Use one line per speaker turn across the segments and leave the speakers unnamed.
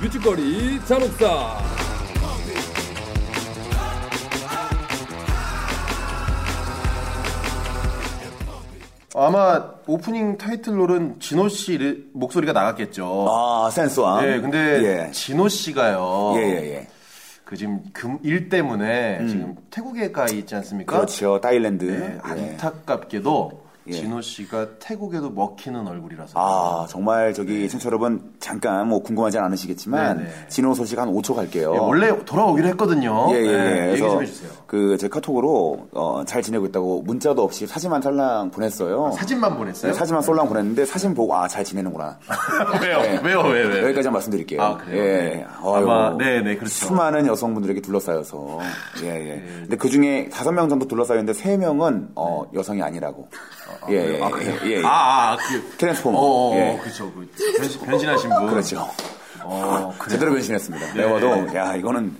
규칙거리 잔혹사
아마 오프닝 타이틀롤은 진호 씨 이르- 목소리가 나갔겠죠.
아, 센스왕.
예, 근데 어.
예.
진호 씨가요.
예, 예, 예.
그 지금 금 일 때문에 지금 태국에 가 있지 않습니까?
그렇죠. 타일랜드.
네,
예.
안타깝게도
예.
진호 씨가 태국에도 먹히는 얼굴이라서.
아, 정말 저기 청취자 여러분 잠깐 뭐 궁금하진 않으시겠지만
네. 네네.
진호 소식 한 5초 갈게요.
예, 원래 돌아오기로 했거든요.
어. 예, 예, 예.
네, 얘기
그래서
좀 해주세요.
그, 제 카톡으로, 어, 잘 지내고 있다고 문자도 없이 사진만 살랑 보냈어요.
아, 사진만 보냈어요?
네, 사진만 예. 쏠랑 보냈는데 사진 보고, 아, 잘 지내는구나.
왜요? 왜요? 왜, 왜? 왜?
네. 여기까지 한 말씀드릴게요.
아, 그래요?
예. 아유,
아마, 네, 네, 그렇죠. 아, 네.
수많은 여성분들에게 둘러싸여서. 예, 예. 근데 그 중에 다섯 명 정도 둘러싸였는데 세 명은, 어, 여성이 아니라고. 예, 예,
네. 아, 그래요?
예, 예.
아, 아, 그.
트랜스포머.
어, 어,
예.
그렇죠. 그 변신, 변신하신 분.
그렇죠.
어, 그래요. 네.
제대로 변신했습니다. 내가 봐도, 야, 이거는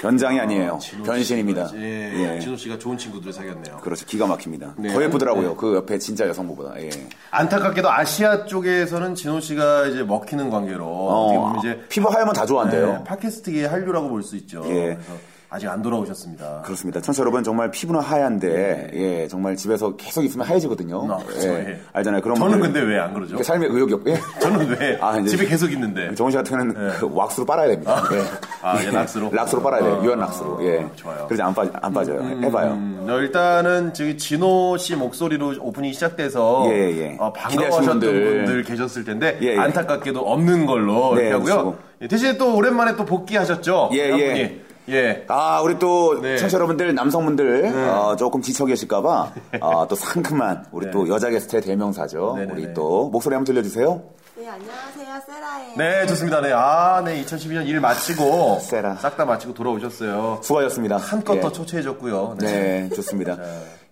변장이 아니에요.
진호 씨가
변신입니다.
진짜- 예, 진호 씨가 좋은 친구들을 사귀었네요.
그렇죠. 기가 막힙니다.
네.
더 예쁘더라고요. 그 옆에 진짜 여성부보다. 예.
안타깝게도 아시아 쪽에서는 진호 씨가 이제 먹히는 관계로 어떻게
어,
보면 이제
피부 하얀면 다 좋아한대요.
네, 팟캐스트계의 한류라고 볼 수 있죠.
예.
그래서 아직 안 돌아오셨습니다.
그렇습니다. 청취자 여러분 정말 피부는 하얀데 예 정말 집에서 계속 있으면 하얘지거든요.
아, 그렇죠. 예.
알잖아요. 그런
저는
분들
근데 왜 안 그러죠?
그 삶의 의욕이 없고 예?
저는 왜
아, 이제
집에 계속 있는데
정훈 씨 같은 경우는 그 왁스로 빨아야 됩니다. 예.
네. 아, 예, 락스로?
락스로 빨아야 돼요.
아,
유한 락스로. 예.
아, 좋아요.
그래서 안, 빠, 안 빠져요. 해봐요.
음, 어, 일단은 저기 진호 씨 목소리로 오프닝이 시작돼서
예, 예.
어,
기대하신
반가워하셨던
분들.
분들. 계셨을 텐데
예, 예.
안타깝게도 없는 걸로
네,
이렇게 하고요.
그렇죠.
예, 대신에 또 오랜만에 또 복귀하셨죠?
예,
한
예.
분이. 예.
아, 우리 또
네.
청취자 여러분들 남성분들 어, 조금 지쳐 계실까봐 어, 또 상큼한 우리 또 여자 게스트의 대명사죠.
네. 네네네.
우리 또 목소리 한번 들려주세요.
네, 안녕하세요. 세라예요.
네, 좋습니다. 네. 아, 네. 2012년 일 마치고
세라.
싹 다 마치고 돌아오셨어요.
수고하셨습니다.
한껏
예.
더 초췌해졌고요. 네.
네, 좋습니다.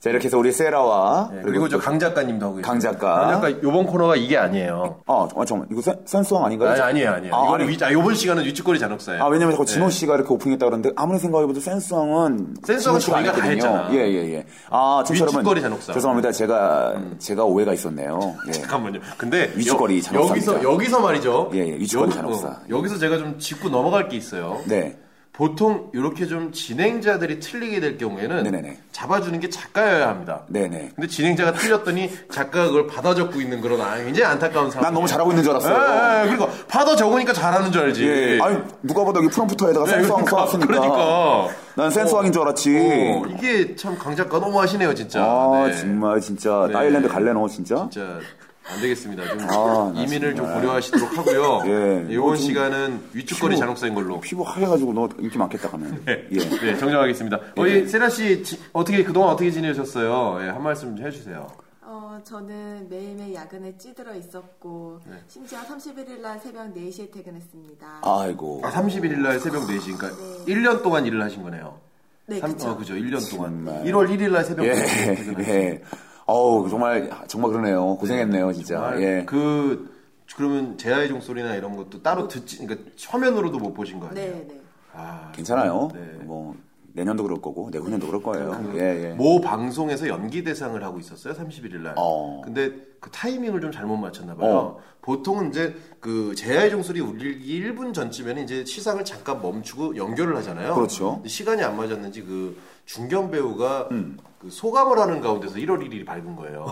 자, 이렇게 해서 우리 세라와
네, 그리고 저 강 작가님도 하고 계세요.
강 작가.
강 작가 요번 코너가 이게 아니에요.
어, 어, 잠깐만. 이거 센- 센스왕 아닌가요?
아니 아니에요, 아니에요.
아,
이거는
아니.
위, 아, 요번 시간은 위치거리 잔혹사예요.
아, 왜냐면 자꾸 진호 씨가 이렇게 오픈했다 그러는데 아무리 생각해봐도 센스왕은
센스왕은
진호 씨가
저희가 다
아니거든요.
했잖아.
예, 예, 예. 아, 청취자 여러분.
위축거리 잔혹사. 음.
죄송합니다. 제가 제가 오해가 있었네요. 예.
잠깐만요. 근데
위축거리
여-
잔혹사입니다.
여기서 여기서 말이죠.
예, 예, 위축거리
여기-
잔혹사.
어, 여기서 제가 좀 짚고 넘어갈 게 있어요.
네.
보통 이렇게 좀 진행자들이 틀리게 될 경우에는
네네네.
잡아주는 게 작가여야 합니다.
네, 네.
근데 진행자가 틀렸더니 작가가 그걸 받아 적고 있는 그런 아, 굉장히 안타까운 상황.
난 너무 잘하고 있는 줄 알았어요.
예, 예, 그러니까 받아 적으니까 잘하는 줄 알지.
예. 아니, 누가 봐도 여기 프롬프터에다가
네,
센스왕
그러니까,
써놨으니까.
그러니까.
난 센스왕인 줄 알았지.
어, 이게 참 강 작가 너무 하시네요 진짜.
아,
네.
정말 진짜
네.
타일랜드 갈래 너 진짜?
진짜 안 되겠습니다. 좀
아, 나
이민을 좀 고려하시도록 하고요.
예.
이번
좀
시간은 위축거리
피부-
잔혹사인 걸로.
피부 하얘가지고 너 인기 많겠다 가면.
네,
예.
네, 정정하겠습니다. 어, 이 세라 씨 지- 어떻게 그동안 어떻게 지내셨어요? 예, 한 말씀 좀 해주세요.
어, 저는 매일매일 야근에 찌들어 있었고 심지어 31일 날 새벽 4시에 퇴근했습니다.
네. 아이고.
아, 31일 날 새벽 4시, 그러니까 1년 동안 일을 하신 거네요.
네,
삼-
그쵸.
어, 그죠. 1년 동안. 1월 1일 날 새벽 4시에
예,
퇴근하셨어요.
예. 어우, 정말, 정말 그러네요. 고생했네요, 진짜.
정말
예.
아, 그 그러면 제아의 종소리나 이런 것도 따로 듣지, 그러니까 화면으로도 못 보신 거 아니에요?
네, 네.
아,
괜찮아요.
네.
뭐, 내년도 그럴 거고, 내후년도 그럴 거예요. 예, 예.
모 방송에서 연기 대상을 하고 있었어요 31일 날.
어.
근데 그 타이밍을 좀 잘못 맞췄나 봐요.
어.
보통은 이제 그 제아의 종소리 울리기 1분 전쯤에는 이제 시상을 잠깐 멈추고 연결을 하잖아요.
그렇죠.
근데 시간이 안 맞았는지 그 중견 배우가
음.
그 소감을 하는 가운데서 1월 1일이 밝은 거예요.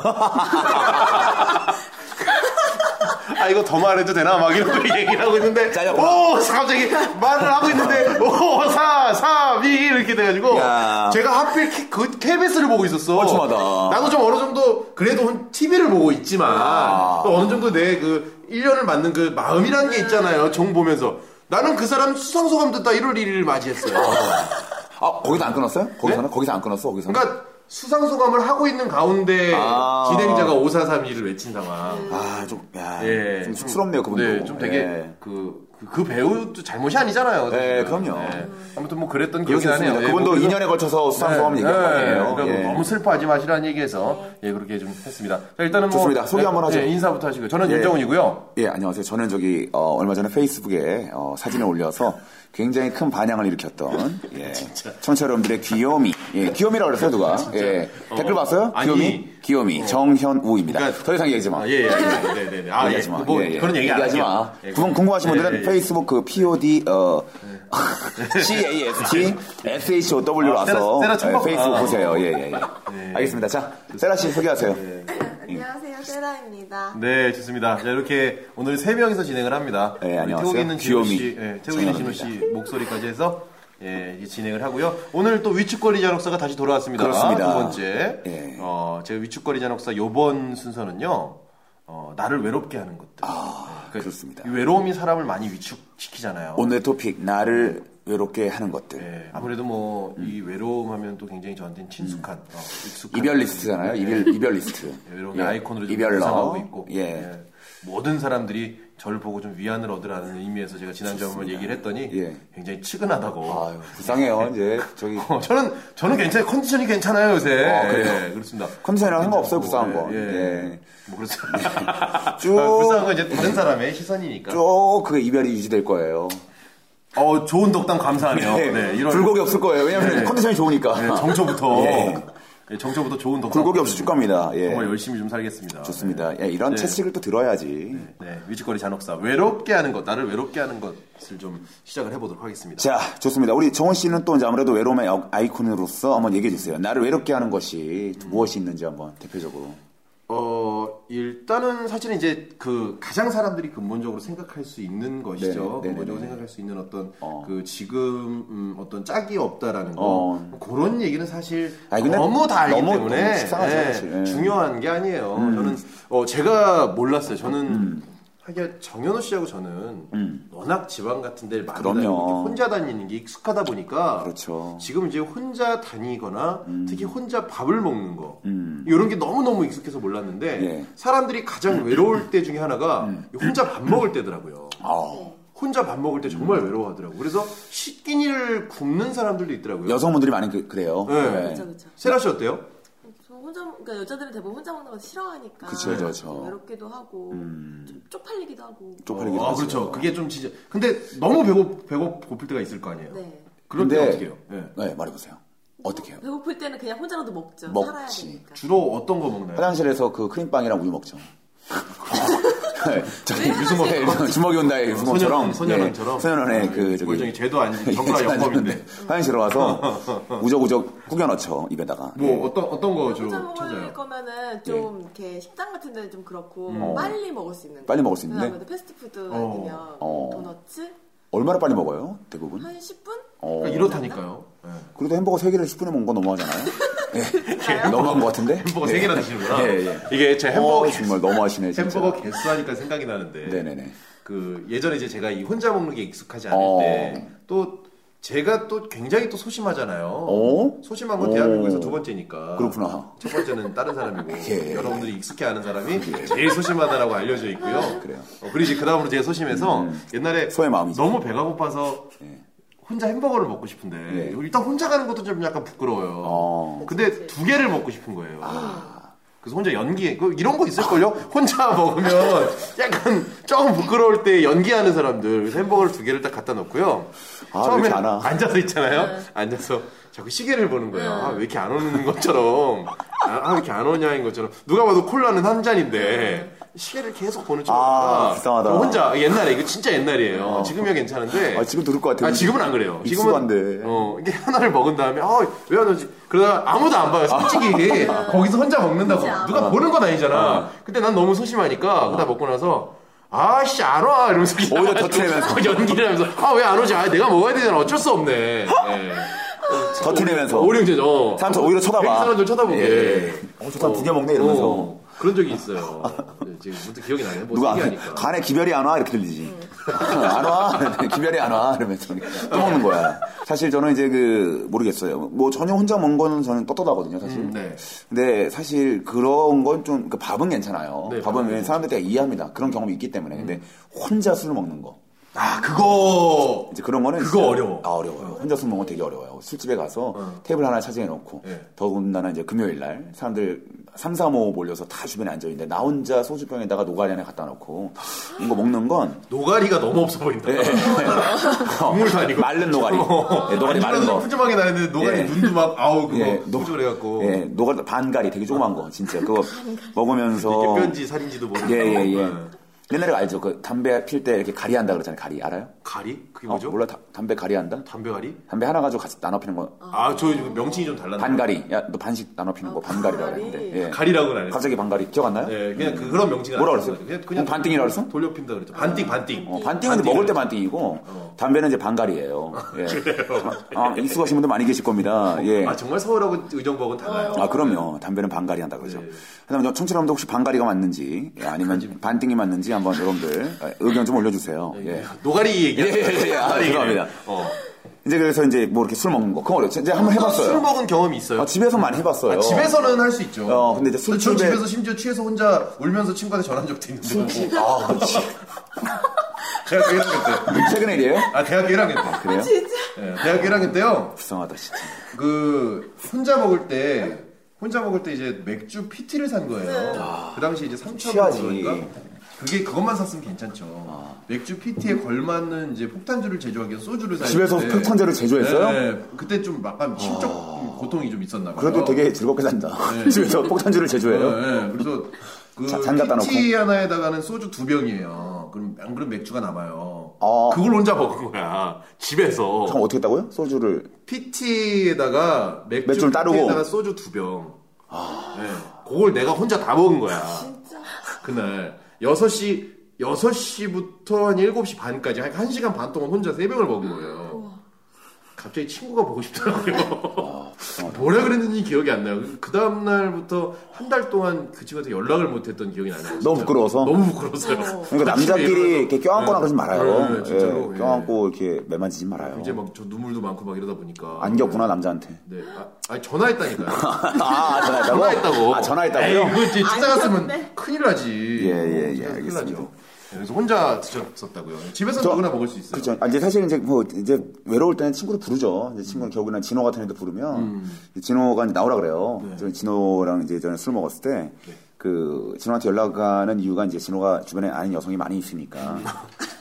아 이거 더 말해도 되나 막 이런 걸 얘기를 하고 있는데
짜렸구나.
오 갑자기 말을 하고 있는데 오 4, 3, 2 이렇게 돼가지고
야.
제가 하필 키- 그 KBS를 보고 있었어.
뻘쭘하다.
나도 좀 어느 정도 그래도 TV를 보고 있지만
아.
또 어느 정도 내 그 1년을 맞는 그 마음이라는 게
네.
있잖아요. 종 보면서 나는 그 사람 수상 소감 듣다 1월 1일을 맞이했어요.
아, 거기서 안 끊었어요? 거기서는? 거기서 안 끊었어,
네?
거기서.
그러니까 수상 소감을 하고 있는 가운데
아.
진행자가 5, 4, 3, 2를 외친 상황.
아, 좀, 야.
예,
좀 쑥스럽네요, 그분도.
네, 좀 되게
예.
그, 그, 그 배우도 잘못이 아니잖아요.
네,
사실은.
그럼요.
아무튼 뭐 그랬던 기억이
그렇습니다.
나네요. 예,
그분도
뭐 그래서-
2년에 걸쳐서 수상소감 얘기한 거 아니에요?
그러니까
예.
뭐 너무 슬퍼하지 마시라는 얘기해서 예 그렇게 좀 했습니다. 자 일단은 뭐
좋습니다. 소개
예,
한번 하죠.
예, 인사부터 하시고요. 저는
예.
윤정훈이고요.
예, 안녕하세요. 저는 저기, 어, 얼마 전에 페이스북에, 어, 사진을 올려서 굉장히 큰 반향을 일으켰던, 예. 청취자 여러분들의 귀요미. 예, 귀요미라고 그랬어요, 누가? 예. 댓글 봤어요?
아니 어.
귀요미? 귀요미 정현우입니다.
그러니까-
더 이상 얘기하지 마.
아, 예, 예. 알겠습니다. 네, 네, 네. 아,
얘기하지 마.
예. 뭐
예, 예.
그런 얘기 안
얘기하지
할게요.
마.
예,
궁금, 궁금하신 분들은
예, 예.
페이스북 그 POD 어 CAST SHOW로
예. 아, 세라-
와서
세라
예,
천박-
페이스북
아. 예.
보세요. 예, 예, 예. 알겠습니다. 자, 세라 씨 소개하세요. 음.
안녕하세요, 세라입니다.
네, 좋습니다. 자, 이렇게 오늘 세 명이서 진행을 합니다.
네,
우리
안녕하세요.
태국에 있는 진호
귀요미
씨, 예, 태국에 있는 진호 씨 목소리까지 해서 예, 이게 진행을 하고요. 오늘 또 위축거리 잔혹사가 다시 돌아왔습니다.
그렇습니다.
두 번째.
예.
어, 제 위축거리 잔혹사 요번 순서는요. 어, 나를 외롭게 하는 것들.
아,
예, 그
그렇습니다.
이 외로움이 사람을 많이 위축시키잖아요.
오늘의 토픽 나를 외롭게 하는 것들.
예, 아무래도 뭐
음.
이 외로움 하면 또 굉장히 저한테는 친숙한 어, 익숙한
이별 리스트잖아요. 이별 이별 리스트.
외로움의
예,
아이콘으로 좀
이별러.
구상하고 있고
예.
예. 모든 사람들이 저를 보고 좀 위안을 얻으라는 의미에서 제가 지난주에 한번 얘기를 했더니
예.
굉장히 측은하다고
아유, 불쌍해요. 이제 저기
어, 저는 저는 괜찮아요 컨디션이 괜찮아요 요새
아, 그래요?
예, 그렇습니다
컨디션이랑 상관없어요,
뭐,
불쌍한 거.
예,
예.
뭐 그렇습니다
쭉.
아, 불쌍한 건 이제 다른 사람의 시선이니까
쭉 그게 이별이 유지될 거예요.
어 좋은 덕담 감사하네요
예,
네, 이런
굴곡이 없을 거예요. 왜냐면
네.
컨디션이 좋으니까.
예, 정초부터
예.
예, 정초부터 좋은 덕담
굴곡이 없이 줄 겁니다. 예.
정말 열심히 좀 살겠습니다
좋습니다. 야, 이런 채찍을 또 들어야지.
네, 위치거리 잔혹사 외롭게 하는 것, 나를 외롭게 하는 것을 좀 시작을 해보도록 하겠습니다.
자, 좋습니다. 우리 정원 씨는 또 이제 아무래도 외로움의 아- 아이콘으로서 한번 얘기해 주세요. 나를 외롭게 하는 것이
음.
무엇이 있는지 한번 대표적으로.
어 일단은 사실은 이제 그 가장 사람들이 근본적으로 생각할 수 있는 것이죠.
네, 네,
근본적으로
네, 네.
생각할 수 있는 어떤
어.
그 지금 음, 어떤 짝이 없다라는 거
어.
그런 얘기는 사실
아니, 근데
너무 다 알기
너무-
때문에
너무 식상하죠,
예,
사실. 음. 예.
중요한 게 아니에요. 저는 어 제가 몰랐어요. 저는
음.
하기야 정현우 씨하고 저는 워낙 지방 같은 데를 많이
그럼요.
다니고 이렇게 혼자 다니는 게 익숙하다 보니까
그렇죠.
지금 이제 혼자 다니거나 특히 혼자 밥을 먹는 거 이런 게 너무 너무 익숙해서 몰랐는데
예.
사람들이 가장 외로울 때 중에 하나가 혼자 밥 먹을 때더라고요.
아,
혼자 밥 먹을 때 정말 외로워하더라고. 요 그래서 식기니를 굽는 사람들도 있더라고요.
여성분들이 많이 그, 그래요.
네.
그렇죠, 그렇죠.
세라 씨 어때요?
저 혼자 그러니까 여자들은 대부분 혼자 먹는 거 싫어하니까
그쵸, 그쵸, 그쵸.
좀 외롭기도 하고 좀 쪽팔리기도 하고
쪽팔리기도
아
하죠.
그렇죠. 그게 좀 진짜. 근데 너무 배고 배고 고플 때가 있을 거 아니에요.
네.
그럴 때
근데-
어떻게 해요? 예.
네, 말해보세요. 어떻게 해요?
배고플 때는 그냥 혼자라도 먹죠.
먹지.
살아야 되니까.
주로 어떤 거 먹나요?
화장실에서 그 크림빵이랑 우유 먹죠. 네, 저기
화장실에
네, 주먹이 온다의 유승범처럼
소년- 소년원처럼?
소년원의 그 저기
멀쩡히 뭐 네, 죄도 아닌 정말
예,
영범인데.
화장실 들어와서 우적우적 구겨 넣죠 입에다가 네.
뭐 어떤 어떤 거
혼자
주로
먹을
찾아요?
거면은 좀 이렇게 식당 같은 데는 좀 그렇고 빨리 먹을 수 있는
예.
거.
어. 빨리 먹을 수 있는데?
아무래도 패스트푸드 아니면
어.
도너츠
얼마나 빨리 먹어요 대부분
한 10분?
어.
그러니까 이렇다니까요. 예.
그래도 햄버거 3개를 10분에 먹은 건 너무하잖아요 예. 너무한 것 같은데
햄버거
네.
세 개나 드시는구나.
예, 예.
이게 제 햄버거
어, 정말 너무하시네 진짜
햄버거 개수 하니까 생각이 나는데
네네네
그 예전에 이제 제가 이 혼자 먹는 게 익숙하지 않을
어.
때 또 제가 또 굉장히 또 소심하잖아요.
어?
소심한 건
어.
대한민국에서 두 번째니까.
그렇구나.
첫 번째는 다른 사람이고
예.
여러분들이 익숙해 하는 사람이 제일 소심하다라고 알려져 있고요.
아, 그래요.
어, 그리고 그 다음으로 제가 소심해서 옛날에
소의 마음이죠.
너무 배가 고파서 혼자 햄버거를 먹고 싶은데
예.
일단 혼자 가는 것도 좀 약간 부끄러워요.
어.
근데 두 개를 먹고 싶은 거예요.
아.
그래서 혼자 연기 그 이런 거 있을걸요? 혼자 먹으면 약간 조금 부끄러울 때 연기하는 사람들 그래서 햄버거를 두 개를 딱 갖다 놓고요.
아, 네. 왜 이렇게 안 와?
앉아서 있잖아요. 앉아서 자꾸 시계를 보는 거예요.
네.
아, 왜 이렇게 안 오는 것처럼 아, 아, 왜 이렇게 안 오냐인 것처럼 누가 봐도 콜라는 한 잔인데 시계를 계속 보는 척.
네. 아,
하니까
불쌍하다. 어.
혼자 옛날에 이거 진짜 옛날이에요. 지금이야 괜찮은데.
아, 지금 들을 것 같아요.
아, 지금은 안 그래요.
익숙한데.
어, 이게 하나를 먹은 다음에, 아, 왜 안 오지? 그러다 아무도 안 봐요, 솔직히.
아.
거기서 혼자 먹는다고.
진짜 안
누가 보는 건 아니잖아. 근데 난 너무 소심하니까, 그다 먹고 나서, 아씨, 안 와! 이러면서. 그냥
오히려 터트리면서.
어, 연기를 하면서, 아, 왜 안 오지? 아, 내가 먹어야 되잖아. 어쩔 수 없네. 예.
터트리면서
오륜제죠.
사람 오히려 쳐다봐
백인 사람들 쳐다보게.
예. 어, 저 사람 드디어 먹네 이러면서
어, 그런 적이 있어요. 네, 지금 문득 기억이 나네요. 뭐
누가 아,
특이하니까.
간에 기별이 안 와 이렇게 들리지 안 와 기별이 안 와 이러면서 또 먹는 거야 사실 저는 이제 그 모르겠어요 뭐 전혀 혼자 먹는 거는 저는 떳떳하거든요 사실
음, 네.
근데 사실 그런 건 좀 밥은 괜찮아요
네, 음.
밥은 왜 사람들이 다 이해합니다 그런 경험이 있기 때문에 근데 혼자 술 먹는 거
아, 그거.
이제 그런 거는
그거
진짜-
어려워. 어.
아 어려워요. 혼자 술 먹는 거 되게 어려워요. 술집에 가서 테이블 하나 차지해 놓고
예.
더군다나 이제 금요일 날 사람들 3, 4, 5 몰려서 다 주변에 앉아있는데 나 혼자 소주병에다가 노가리 안에 갖다 놓고 이거 먹는 건
노가리가 너무 없어 보인다.
예, 예.
국물도 아니고.
마른 노가리.
어.
예, 노가리 마른 거.
푸짐하게 나는데 노가리
예.
눈도 막 아우 그거
예, 노-
후줄해갖고
예, 노가리 반가리 되게 조그만 거 진짜 그거
이게
먹으면서
뼈인지 살인지도 모르고.
어. 예, 예, 예.
어.
옛날에 알죠? 그 담배 필 때 이렇게 가리 한다 그러잖아요. 가리 알아요?
가리? 그게
어,
뭐죠?
몰라 다- 담배 가리 한다?
담배 가리?
담배 하나 가지고 같이 나눠 피는 거
아, 저 요즘 명칭이 좀 달랐나?
반가리. 야, 너 반씩 나눠 피는 거
아,
반가리라고
반가리.
그랬는데. 예.
가리라고는 안 했어.
갑자기 반가리 기억 안 나요?
예, 그냥 그, 그런 명칭이
뭐라
아니었어요.
그랬어요? 그럼 반띵이라 그랬어?
돌려핀다 그랬죠. 반띵, 반띵.
어, 반띵은 근데 먹을 때 반띵이고 담배는 이제 반가리예요. 예. 아, 익숙하신 분들 많이 계실 겁니다. 예.
아, 정말 서울하고 의정부하고는 달라요.
아, 그럼요. 담배는 반가리 한다 그러죠. 하지만 청취자분들 혹시 반가리가 맞는지 예, 아니면 반띵이 맞는지 한번 여러분들 아, 의견 좀 올려주세요.
네.
예.
노가리 얘기.
예, 예, 예. 아, 죄송합니다.
어.
이제 그래서 이제 뭐 이렇게 술 먹는 거 그거 어려워. 제가
아,
한번
술
해봤어요.
먹은 경험이 있어요.
아, 집에서 많이 해봤어요.
아, 집에서는 할 수 있죠.
어, 근데 이제
저
술집에-
집에서 심지어 취해서 혼자 울면서 친구한테 전한 적도 있는데.
아, 그렇지.
대학교 1학년 때.
최근에 일이에요?
아, 대학교 1학년 때.
그래요?
진짜?
예, 대학교 1학년 때요.
불쌍하다 진짜.
그 혼자 먹을 때 혼자 먹을 때 이제 맥주 PT를 산
네.
거예요. 그 당시 이제 3천
취하지. 아.
원인가? 그게 그것만 샀으면 괜찮죠. 맥주 PT에 걸맞는 이제 폭탄주를 제조하기 위해서 소주를 사.
집에서 폭탄제를 제조했어요? 아.
네, 그때 좀 약간 심적 고통이 좀 있었나 봐요.
그래도 되게 즐겁게 산다. 집에서 폭탄주를 제조해요.
어. 네, 네. 그래서 그
자, 잔 갖다 놓고.
PT 하나에다가는 소주 두 병이에요. 그럼 안 그럼 맥주가 남아요.
아.
그걸 혼자 먹은 거야 집에서.
그럼 어떻게 했다고요? 소주를
PT에다가 맥주
맥주를 따르고.
PT에다가 소주 두 병. 네. 그걸 내가 혼자 다 먹은 거야.
진짜?
그날 6시 6시부터 한 7시 반까지 한 1시간 반 동안 혼자 세 병을 먹은 거예요. 갑자기 친구가 보고
아,
싶더라고요. 뭐라 그랬는지 기억이 안 나요. 그 다음 날부터 한 달 동안 그 친구한테 연락을 못 했던 기억이 나네요.
너무
진짜.
부끄러워서?
너무 부끄러워서요.
그러니까 남자끼리 이렇게 껴안거나 그러지 말아요.
네, 진짜로.
예,
예.
껴안고 이렇게 매만지지 말아요.
이제 뭐- 막 저 눈물도 많고 막 이러다 보니까
안겼구나 남자한테.
네. 아, 아니 전화했다니까요.
아 전화했다고?
전화했다고.
아 전화했다고요?
이거 뭐- 진짜 찾아갔으면
아니었네.
큰일 나지.
예, 예, 예,
진짜 큰일
알겠습니다.
나죠. 예, 그래서 혼자 드셨었다고요. 집에서
저-
누구나 먹을 수 있어요.
그렇죠. 아, 이제 사실 이제 뭐 이제 외로울 때는 친구를 부르죠. 이제 친구는 겨우이나 진호 같은 애도 부르면 진호가 이제 나오라 그래요. 저는 진호랑 이제 전에 술 먹었을 때. 그 진호한테 연락하는 이유가 이제 진호가 주변에 아는 여성이 많이 있으니까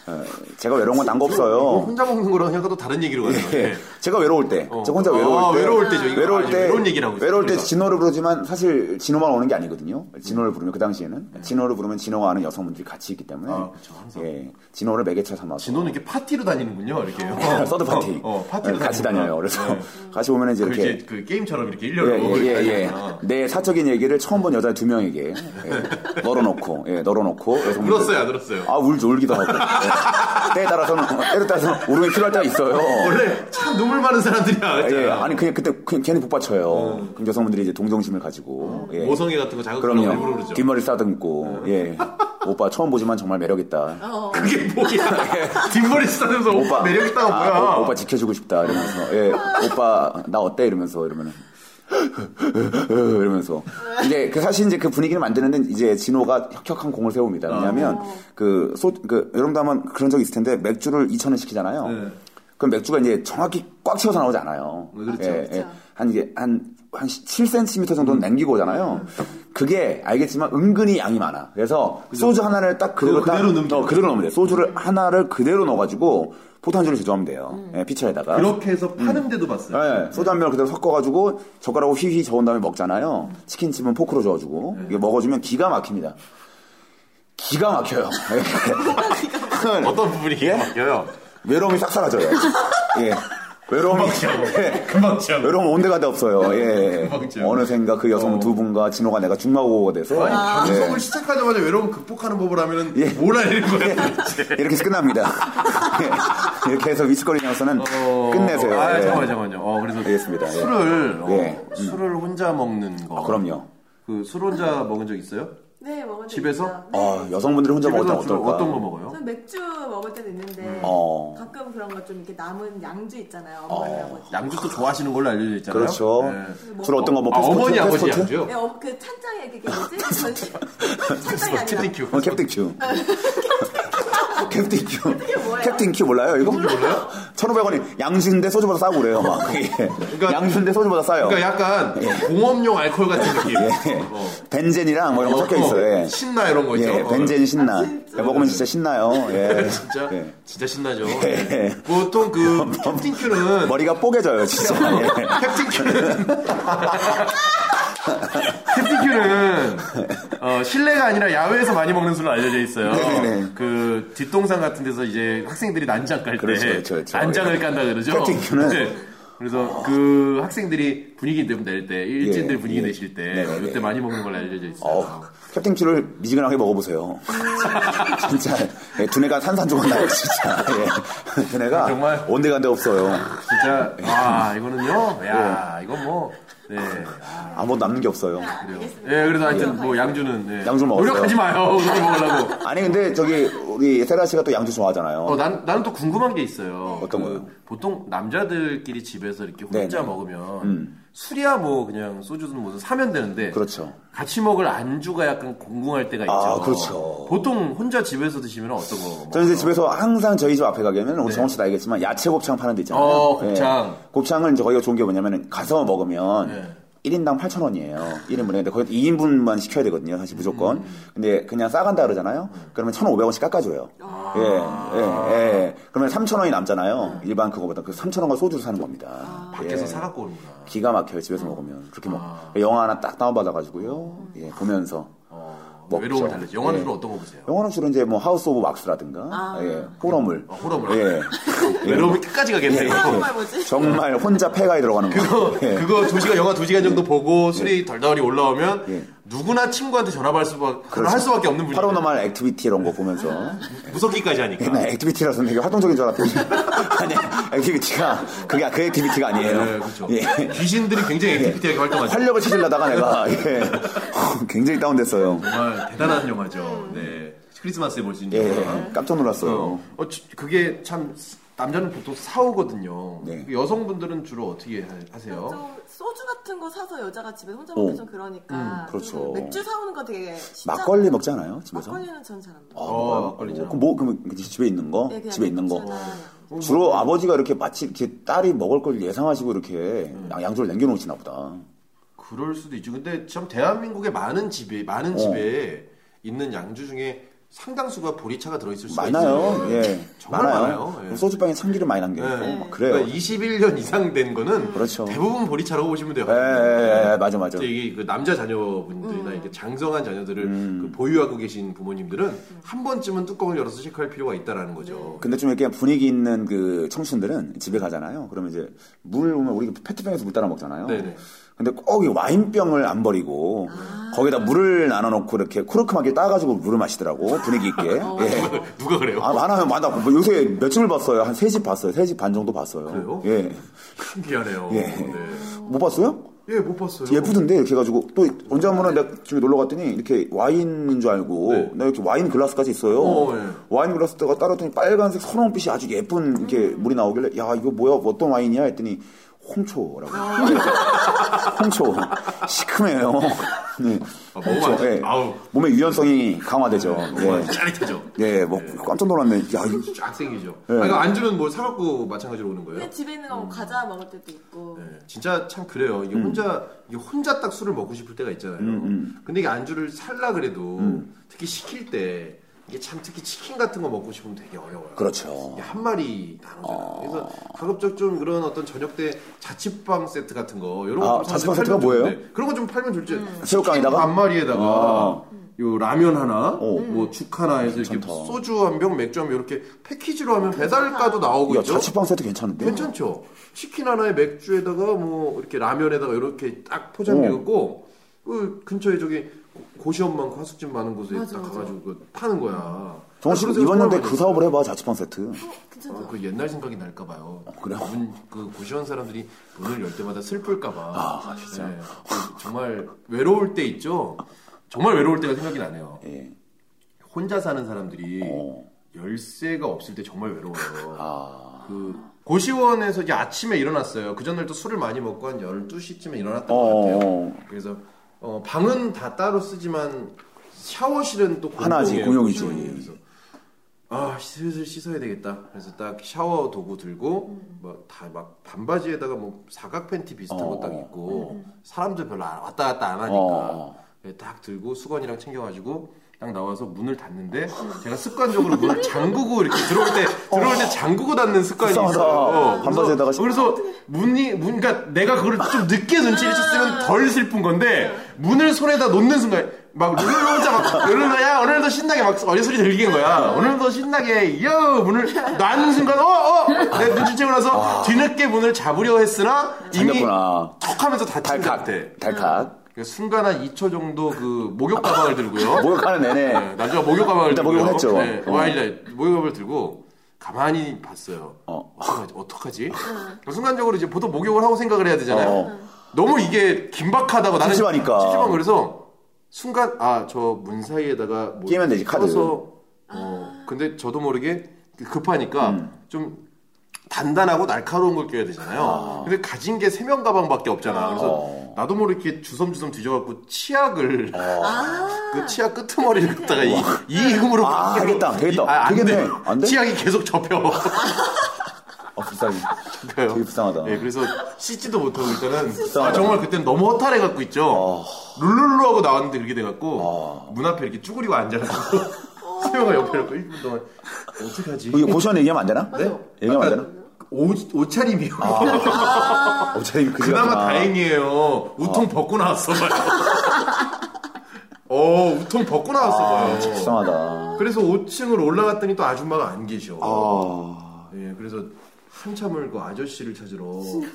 어, 제가 외로운 건 딴 거
이거
없어요.
혼자 먹는 거랑 약간 또 다른 얘기로 가요.
예. 제가 외로울 때, 저 혼자 외로울
네. 아,
때,
외로울 때죠. 이거
외로울
아주
때,
외로운 얘기를 하고 있어요.
외로울 때
그러니까. 음.
진호를 부르지만 사실 진호만 오는 게 아니거든요. 진호를 부르면 그 당시에는 진호를 부르면 진호가 아는 여성분들이 같이 있기 때문에,
네. 아, 그렇죠. 항상.
예, 진호를 매개체 삼아서
진호는 이렇게 파티로 다니는군요. 이렇게.
아, 서드 파티,
어, 어, 파티로
예, 같이
다니는구나.
다녀요. 그래서
예.
같이 오면 이제
그
이렇게
이제 그 게임처럼 이렇게 일렬로 아,
예예예
이렇게
내 사적인 얘기를 처음 본 여자 두 명에게 예, 널어놓고 예 널어놓고 여성분들.
울었어요, 안 울었어요?
아 울, 울기도 하고 예. 때에 따라서는 때에 따라서 는 울음이 필요할 때가 있어요.
원래 참 눈물 많은 사람들이야.
예,
진짜.
아니 그냥 그때 그냥 괜히 복받쳐요. 그럼 여성분들이 이제 동정심을 가지고 예.
어. 모성애 같은 거 자극하고 일부러
그럼요.
그러죠. 네.
뒷머리 싸듬고 예. 오빠 처음 보지만 정말 매력 있다.
어.
그게 뭐야. 뒷머리 쓰면서 오빠 매력 있다가 뭐야.
예. 아, 오, 빠 지켜주고 싶다 이러면서 예. 오빠 나 어때 이러면서 이러면은 이러면서 이제 그 사실 이제 그 분위기를 만드는데 이제 진호가 혁혁한 공을 세웁니다.
아.
왜냐하면 그소그 여러분도 한번 그런 적 있을 텐데 맥주를 2천 원 시키잖아요.
네.
그럼 맥주가 이제 정확히 꽉 채워서 나오지 않아요. 예,
그렇죠.
그렇죠.
한 이게 한한 7cm
음.
정도는 남기고 오잖아요.
네.
그게 알겠지만 은근히 양이 많아. 그래서 소주 하나를 딱 그대로
그거
딱-
그대로 넣으면
어, 그대로 넣으면 돼. 소주를 하나를 그대로 넣어가지고 포탄주를 제조하면 돼요. 예, 피처에다가.
이렇게
음.
해서 파는 데도 봤어요.
예, 소주 한 병을 그대로 섞어가지고 젓가락으로 휘휘 저은 다음에 먹잖아요. 치킨집은 포크로 저어주고
네.
이게 먹어주면 기가 막힙니다. 기가 막혀요. 예.
어떤 부분이 기가 막혀요?
외로움이 싹 사라져요. 예. 외로움이
뭐.
예.
금방 취하고.
외로움 온데간데 없어요. 예.
금방이죠.
어느샌가 그 여성 두 분과 진호가 내가 중마고가 돼서
뭐. 아니, 방송을
예.
시작하자마자 외로움 극복하는 법을 하면은 뭘 알리는
예.
거야? 도대체?
이렇게 해서 끝납니다. 예. 이렇게 해서 위스거리면서는 끝내세요.
아,
예.
잠깐만, 잠깐만요. 어, 그래서
알겠습니다. 예.
술을 어,
예. 아,
술을 혼자 먹는 거.
그럼요.
그 술 혼자 먹은 적 있어요?
네, 먹은 적
집에서?
있어요. 네.
아, 여성분들이 혼자 먹을 때
집에서 주로
어떨까?
어떤 거 먹어요?
저는 맥주 먹을 때도 있는데
어.
가끔 그런 거 좀 이렇게 남은 양주 있잖아요. 어머니 아버지.
양주도 좋아하시는 걸로 알려져 있잖아요.
그렇죠.
네.
술 어떤 거 먹고
아, 어머니
스포츠?
아버지
스포츠?
양주요?
네, 어, 그 찬장에 그게 뭐지? 전시- 찬장이 아니라
캡틴 큐.
어, 캡틴 큐. 어, 캡틴 큐.
그게 뭐예요?
캡틴 큐 몰라요, 이거?
몰라요?
1,500원이 양수인데 소주보다 싸고 그래요, 막. 예.
그러니까-
양수인데 소주보다 싸요.
그러니까
예.
약간 공업용 알코올 같은 느낌. 어.
벤젠이랑 뭐 이런 거 섞여 있어요, 예.
신나 이런 거 있죠. 어,
예, 벤젠 신나.
아, 진짜?
예, 먹으면 진짜 신나요, 예.
진짜
예.
진짜 신나죠.
예. 뭐
보통 그 캡틴큐는
머리가 뽀개져요, 진짜. 예.
캡틴큐는 캡틴큐는 어, 실내가 아니라 야외에서 많이 먹는 술로 알려져 있어요.
네네.
그 뒷동산 같은 데서 이제 학생들이 난장 깔 때
그렇죠, 그렇죠, 그렇죠.
난장을 깐다 그러죠. 네.
캡틴큐는.
그래서 그 학생들이 분위기 좀 낼 때, 일진들
예,
분위기
예.
내실 때
네네네.
이때 많이 먹는 걸로 알려져 있어요.
어, 캡틴 큐를 미지근하게 먹어보세요. 진짜 예, 두뇌가 산산조각 나요, 진짜. 예. 두뇌가
정말?
온데간데 없어요.
진짜 아 이거는요. 야
예.
이건 뭐 네.
아무것도 남는 게 없어요.
알겠습니다.
예, 그래서 하여튼 뭐 양주는 네.
양주 먹었어요.
노력하지 마요. 그렇게 먹으려고.
아니 근데 저기 우리 세라 씨가 또 양주 좋아하잖아요.
어, 난, 나는 또 궁금한 게 있어요.
어떤
그
거요?
보통 남자들끼리 집에서 이렇게 혼자
네네. 음.
먹으면 술이야 뭐 그냥 소주든 뭐든 사면 되는데
그렇죠.
같이 먹을 안주가 약간 공공할 때가 있죠.
아, 그렇죠.
보통 혼자 집에서 드시면 어떤 거? 뭐 먹어요?
저는 이제 집에서 항상 저희 집 앞에 가면 우리 정원 씨도 알겠지만 야채 곱창 파는 데 있잖아요.
네. 어, 곱창.
예. 곱창은 이제 거기가 좋은 게 뭐냐면 가서 먹으면
네.
1인당 8,000원이에요. 1인분에. 근데 거기 2인분만 시켜야 되거든요. 사실 무조건.
음.
근데 그냥 싸간다 그러잖아요. 그러면 1,500원씩 깎아줘요.
아.
예, 예, 예. 그러면 3,000원이 남잖아요.
네.
일반 그거보다. 그 3,000원과 소주를 사는 겁니다.
밖에서
예.
사갖고 오는구나.
기가 막혀요.
아.
집에서 먹으면. 그렇게 먹 영화 하나 딱 다운받아가지고요. 예, 보면서.
어,
먹죠.
외로움을 달래죠. 영화는
예.
주로 어떤 거 보세요?
영화는 주로 이제 뭐 하우스 오브 왁스라든가
아.
예, 호러물,
어, 호러물.
예,
외로움이 끝까지 가겠네요.
아, 정말 뭐지?
정말 혼자 폐가에 들어가는 거.
그거,
예.
그거 두 시간, 영화 두 시간 정도 보고 술이 덜덜이 올라오면
예.
누구나 친구한테 전화할 수밖에,
그렇죠.
할 수밖에 없는 분이
파라노말 액티비티 이런 거 보면서
무섭기까지 하니까.
옛날 액티비티라서 되게 활동적인 줄 알았더니 아니 액티비티가 그게 그 액티비티가 아니에요.
예, 그렇죠.
예.
귀신들이 굉장히 액티비티하게 활동하죠.
활력을 찾으려다가 내가 예. 굉장히 다운됐어요.
정말 대단한 영화죠. 네. 크리스마스에 볼 수 있는 영화.
예, 깜짝 놀랐어요.
어, 어, 지- 그게 참 남자는 보통 사오거든요. 그
네.
여성분들은 주로 어떻게 하- 하세요?
좀 소주 같은 거 사서 여자가 집에 혼자
어.
먹기 좀 그러니까
그렇죠.
그리고 맥주 사오는 거 되게 쉽잖아요.
막걸리 먹지 않아요 집에서? 아,
막걸리는 전 잘 안 먹어요.
어, 막걸리죠.
그럼 뭐 그럼 그 집에 있는 거,
네, 그냥
집에 있는 거. 음.
맥주나
주로 아버지가 이렇게 마치 이렇게 딸이 먹을 걸 예상하시고 이렇게
음.
양- 양조를 남겨놓으시나 보다.
그럴 수도 있죠. 근데 참 대한민국의 많은 집에
어.
많은 집에 있는 양주 중에 상당수가 보리차가 들어있을 수가
많아요.
있어요.
예.
정말 많아요. 예.
소주병에 참기름 많이 남겨요.
네.
막 어, 그래요.
21년 이상 된 거는
그렇죠.
대부분 보리차라고 보시면 돼요.
예, 예, 예, 예, 맞아, 맞아.
또 이게 그 남자 자녀분들이나 이렇게 장성한 자녀들을
음.
그 보유하고 계신 부모님들은 한 번쯤은 뚜껑을 열어서 체크할 필요가 있다라는 거죠.
근데 좀 이렇게 분위기 있는 그 청춘들은 집에 가잖아요. 그러면 이제 물 오면 우리 그 페트병에서 물 따라 먹잖아요.
네네.
근데 꼭 이 와인병을 안 버리고 거기다 물을 나눠놓고 이렇게 코르크막에 따가지고 물을 마시더라고 분위기 있게. 예.
누가 그래요?
아, 많아요, 많아. 뭐 요새 몇 집을 봤어요? 한 세 집 봤어요. 세 집 반 정도 봤어요.
그래요?
예.
신기하네요.
예.
네.
못 봤어요?
예, 못 봤어요.
예쁘던데 이렇게 해가지고 또 언제 한 번은 내가 집에 놀러 갔더니 이렇게 와인인 줄 알고
네.
나 이렇게 와인 글라스까지 있어요.
어, 예.
와인 글라스 때가 따랐더니 빨간색 선홍빛이 아주 예쁜 이렇게 물이 나오길래 야 이거 뭐야 어떤 와인이야 했더니 홍초라고. 홍초 시큼해요. 네.
아, 먹으면 안 돼. 아우.
몸의 유연성이 강화되죠.
정말
예.
짜릿하죠.
예, 뭐 깜짝 놀랐네. 야, 이
쫙 생기죠.
예.
아, 이거 안주는 뭐 사갖고 마찬가지로 오는 거예요?
그냥 집에 있는 거뭐 과자 먹을 때도 있고
네, 진짜 참 그래요.
음.
이게 혼자 이게 혼자 딱 술을 먹고 싶을 때가 있잖아요. 근데 이게 안주를 살라 그래도
음.
특히 시킬 때 이게 참 특히 치킨 같은 거 먹고 싶으면 되게 어려워요.
그렇죠.
이게 한 마리 나누잖아요. 그래서 가급적 좀 그런 어떤 저녁 때 자취방 세트 같은 거 이런
아,
거좀
자취방 세트가 뭐예요?
그런 거 좀 팔면 좋지. 치킨
새우깡에다가?
반 마리에다가
아.
요 라면 하나,
오.
뭐 죽 하나 해서 이렇게
괜찮다.
소주 한 병, 맥주 한 병 이렇게 패키지로 하면 배달가도 나오고
야,
있죠.
자취방 세트 그렇죠? 괜찮은데?
괜찮죠. 치킨 하나에 맥주에다가 뭐 이렇게 라면에다가 이렇게 딱 포장되었고 그 근처에 저기 고시원 많고 하숙집 많은 곳에
맞아,
딱
맞아.
가가지고 그 파는 거야.
정원 씨 이번 연대 그 사업을 해봐 자취방 세트.
어, 괜찮다.
어, 그 옛날 생각이 날까 봐요.
어, 그래요?
문, 그 고시원 사람들이 문을 열 때마다 슬플까 봐.
아, 진짜.
네, 그 정말 외로울 때 있죠. 정말 외로울 때가 생각이 나네요.
예.
혼자 사는 사람들이
어.
열쇠가 없을 때 정말 외로워요.
아.
그 고시원에서 이제 아침에 일어났어요. 그 전날도 술을 많이 먹고 한 12시쯤에 일어났던 것 같아요.
어.
그래서 어, 방은 다 따로 쓰지만 샤워실은 또
하나지,
공용이에요.
공용이지.
그래서 아 슬슬 씻어야 되겠다. 그래서 딱 샤워 도구 들고 막 다 막 반바지에다가 뭐 사각 팬티 비슷한
어.
거 딱 입고 사람들 별로 안- 왔다 갔다 안 하니까
어.
그래서 딱 들고 수건이랑 챙겨가지고 딱 나와서 문을 닫는데 제가 습관적으로 문을 잠그고 이렇게 들어올 때 들어올 때 잠그고 닫는 습관이
불쌍하다.
있어요. 어,
반바지에다가
그래서, 그래서 문이 문 그러니까 내가 그걸 좀 늦게 눈치를 챘으면 덜 슬픈 건데 문을 손에다 놓는 순간 막 룰루 혼자 막 룰루야 오늘도 신나게 막 어리소리 들리는 거야 오늘도 신나게 요 문을 놔는 순간 어어내 눈치채고 나서 뒤늦게 문을 잡으려 했으나 이미
아. 잠겼구나.
툭 하면서 다친
달칵.
상태
달칵.
그 순간 한 2초 정도 그 목욕 가방을 들고요.
목욕하는
네,
내내.
나중에 목욕 가방을
일단
들고요.
목욕을 했죠.
네,
어.
와, 이제 목욕 가방을 들고 가만히 봤어요.
어.
어. 어떡하지? 어떡하지? 그러니까 순간적으로 이제 보통 목욕을 하고 생각을 해야 되잖아요.
어.
너무 이게 긴박하다고 나는
심심하니까.
심심한 그래서 순간 아 저 문 사이에다가 뭐
끼면 되지, 카드.
써서, 어, 근데 저도 모르게 급하니까
음.
좀 단단하고 날카로운 걸 껴야 되잖아요. 근데 가진 게 세면 가방밖에 없잖아.
어.
그래서 나도 모르게 주섬주섬 뒤져갖고 치약을
아,
그 치약 끄트머리를 갖다가 이, 이 힘으로
아,
밖으로-
되겠다, 되겠다.
이- 아, 안
되겠네.
돼.
안 돼?
치약이 계속 접혀.
어, 불쌍해.
되게
불쌍하다. 음,
예, 그래서 씻지도 못하고 일단은
불쌍하다. 어.
아, 정말 그때는 너무 허탈해 갖고 있죠. 룰룰루 하고 나왔는데 그렇게 돼 갖고 문 앞에 이렇게 쭈그리고 앉아가지고 세영아 옆에 이렇게 1분 동안 어떻게 하지? 네?
이거 고시원 얘기하면 안 되나? 얘기하면 안 되나?
옷 옷차림이요.
어, 차님 아, 그지
그나마
같구나. 아.
다행이에요. 우통 벗고 나왔어 봐요. 어, 우통 벗고 나왔어
아, 진짜
봐요.
불쌍하다.
그래서 5층으로 올라갔더니 또 아줌마가 안 계셔.
아,
예, 그래서 한참을 그 아저씨를 찾으러
진짜?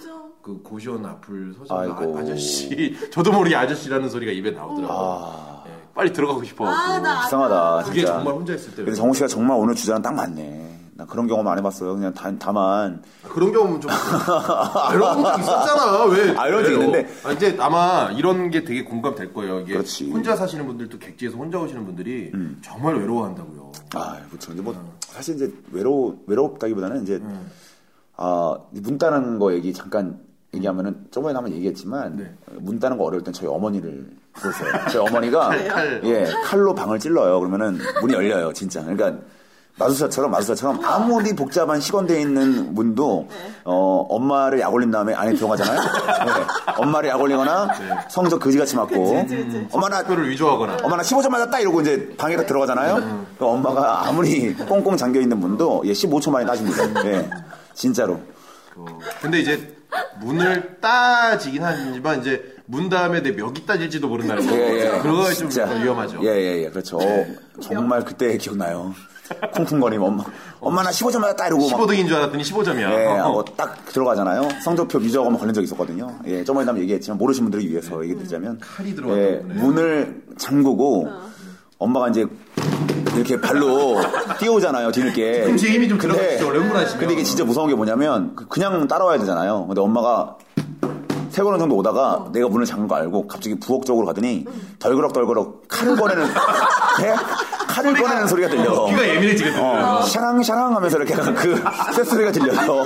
그 고시원 앞을 서서
아이고.
아, 아저씨 저도 모르게 아저씨라는 소리가 입에 나오더라고.
아,
예, 빨리 들어가고 싶어.
아, 나
불쌍하다.
그게
진짜.
정말 혼자 있을 때.
근데 정우 씨가 정말 오늘 주제랑 딱 맞네. 나 그런 경험 안 해봤어요. 그냥 단, 다만
그런 경우는 좀 아, 이런 적 있었잖아. 왜?
아, 이런 적
왜요?
있는데.
아, 이제 아마 이런 게 되게 공감될 거예요. 이게
그렇지. 음.
혼자 사시는 분들도 객지에서 혼자 오시는 분들이 정말 외로워한다고요.
아, 그렇죠. 이제 뭐 사실 이제 외로 외롭다기보다는 이제 아, 문 따는 거 얘기 잠깐 얘기하면은 저번에 한번 얘기했지만
네.
문 따는 거 어려울 땐 저희 어머니를 보세요. 저희 어머니가
칼.
예, 칼로 방을 찔러요. 그러면은 문이 열려요, 진짜. 그러니까 마술사처럼 마술사처럼 아무리 복잡한 시건돼 있는 문도 어 엄마를 약올린 다음에 안에 들어가잖아요. 네. 엄마를 약올리거나 성적 그지같이 맞고 엄마 나
학교를 위조하거나.
엄마 나 15점 맞았다 이러고 이제 방에 딱 들어가잖아요. 그 엄마가 아무리 꽁꽁 잠겨 있는 문도 예 15초 만에 따집니다. 예. 진짜로.
어, 근데 이제 문을 따지긴 하지만 이제 문 다음에 내 멱이 따질지도 모른다는 거.
예, 예.
그거 좀
진짜.
위험하죠.
예, 예, 예. 그렇죠. 정말 그때 기억나요. 쿵쿵거리면 엄마 엄마 나 15점 맞았다 이러고 막
15등인 줄 알았더니 15점이야. 어.
예, 하고 딱 들어가잖아요. 성적표 미적하면 걸린 적이 있었거든요. 예, 저번에 한번 얘기했지만 모르신 분들을 위해서 얘기 드리자면
네. 칼이 들어갔다
예,
보네.
문을 잠그고 엄마가 이제 이렇게 발로 뛰어오잖아요. 뒤늦게. 네.
움직임이 좀
근데-
들어가시죠. 렘문하시면.
예. 근데 이게 진짜 무서운 게 뭐냐면 그- 그냥 따라와야 되잖아요. 근데 엄마가 세 걸음 정도 오다가 내가 문을 잠근 거 알고 갑자기 부엌 쪽으로 가더니 덜그럭덜그럭 칼을 꺼내는 네? 칼을 꺼내는 소리가 들려.
귀가 예민해지거든.
어, 샤랑 샤랑 하면서 이렇게 약간 그 쇳소리가 들려요.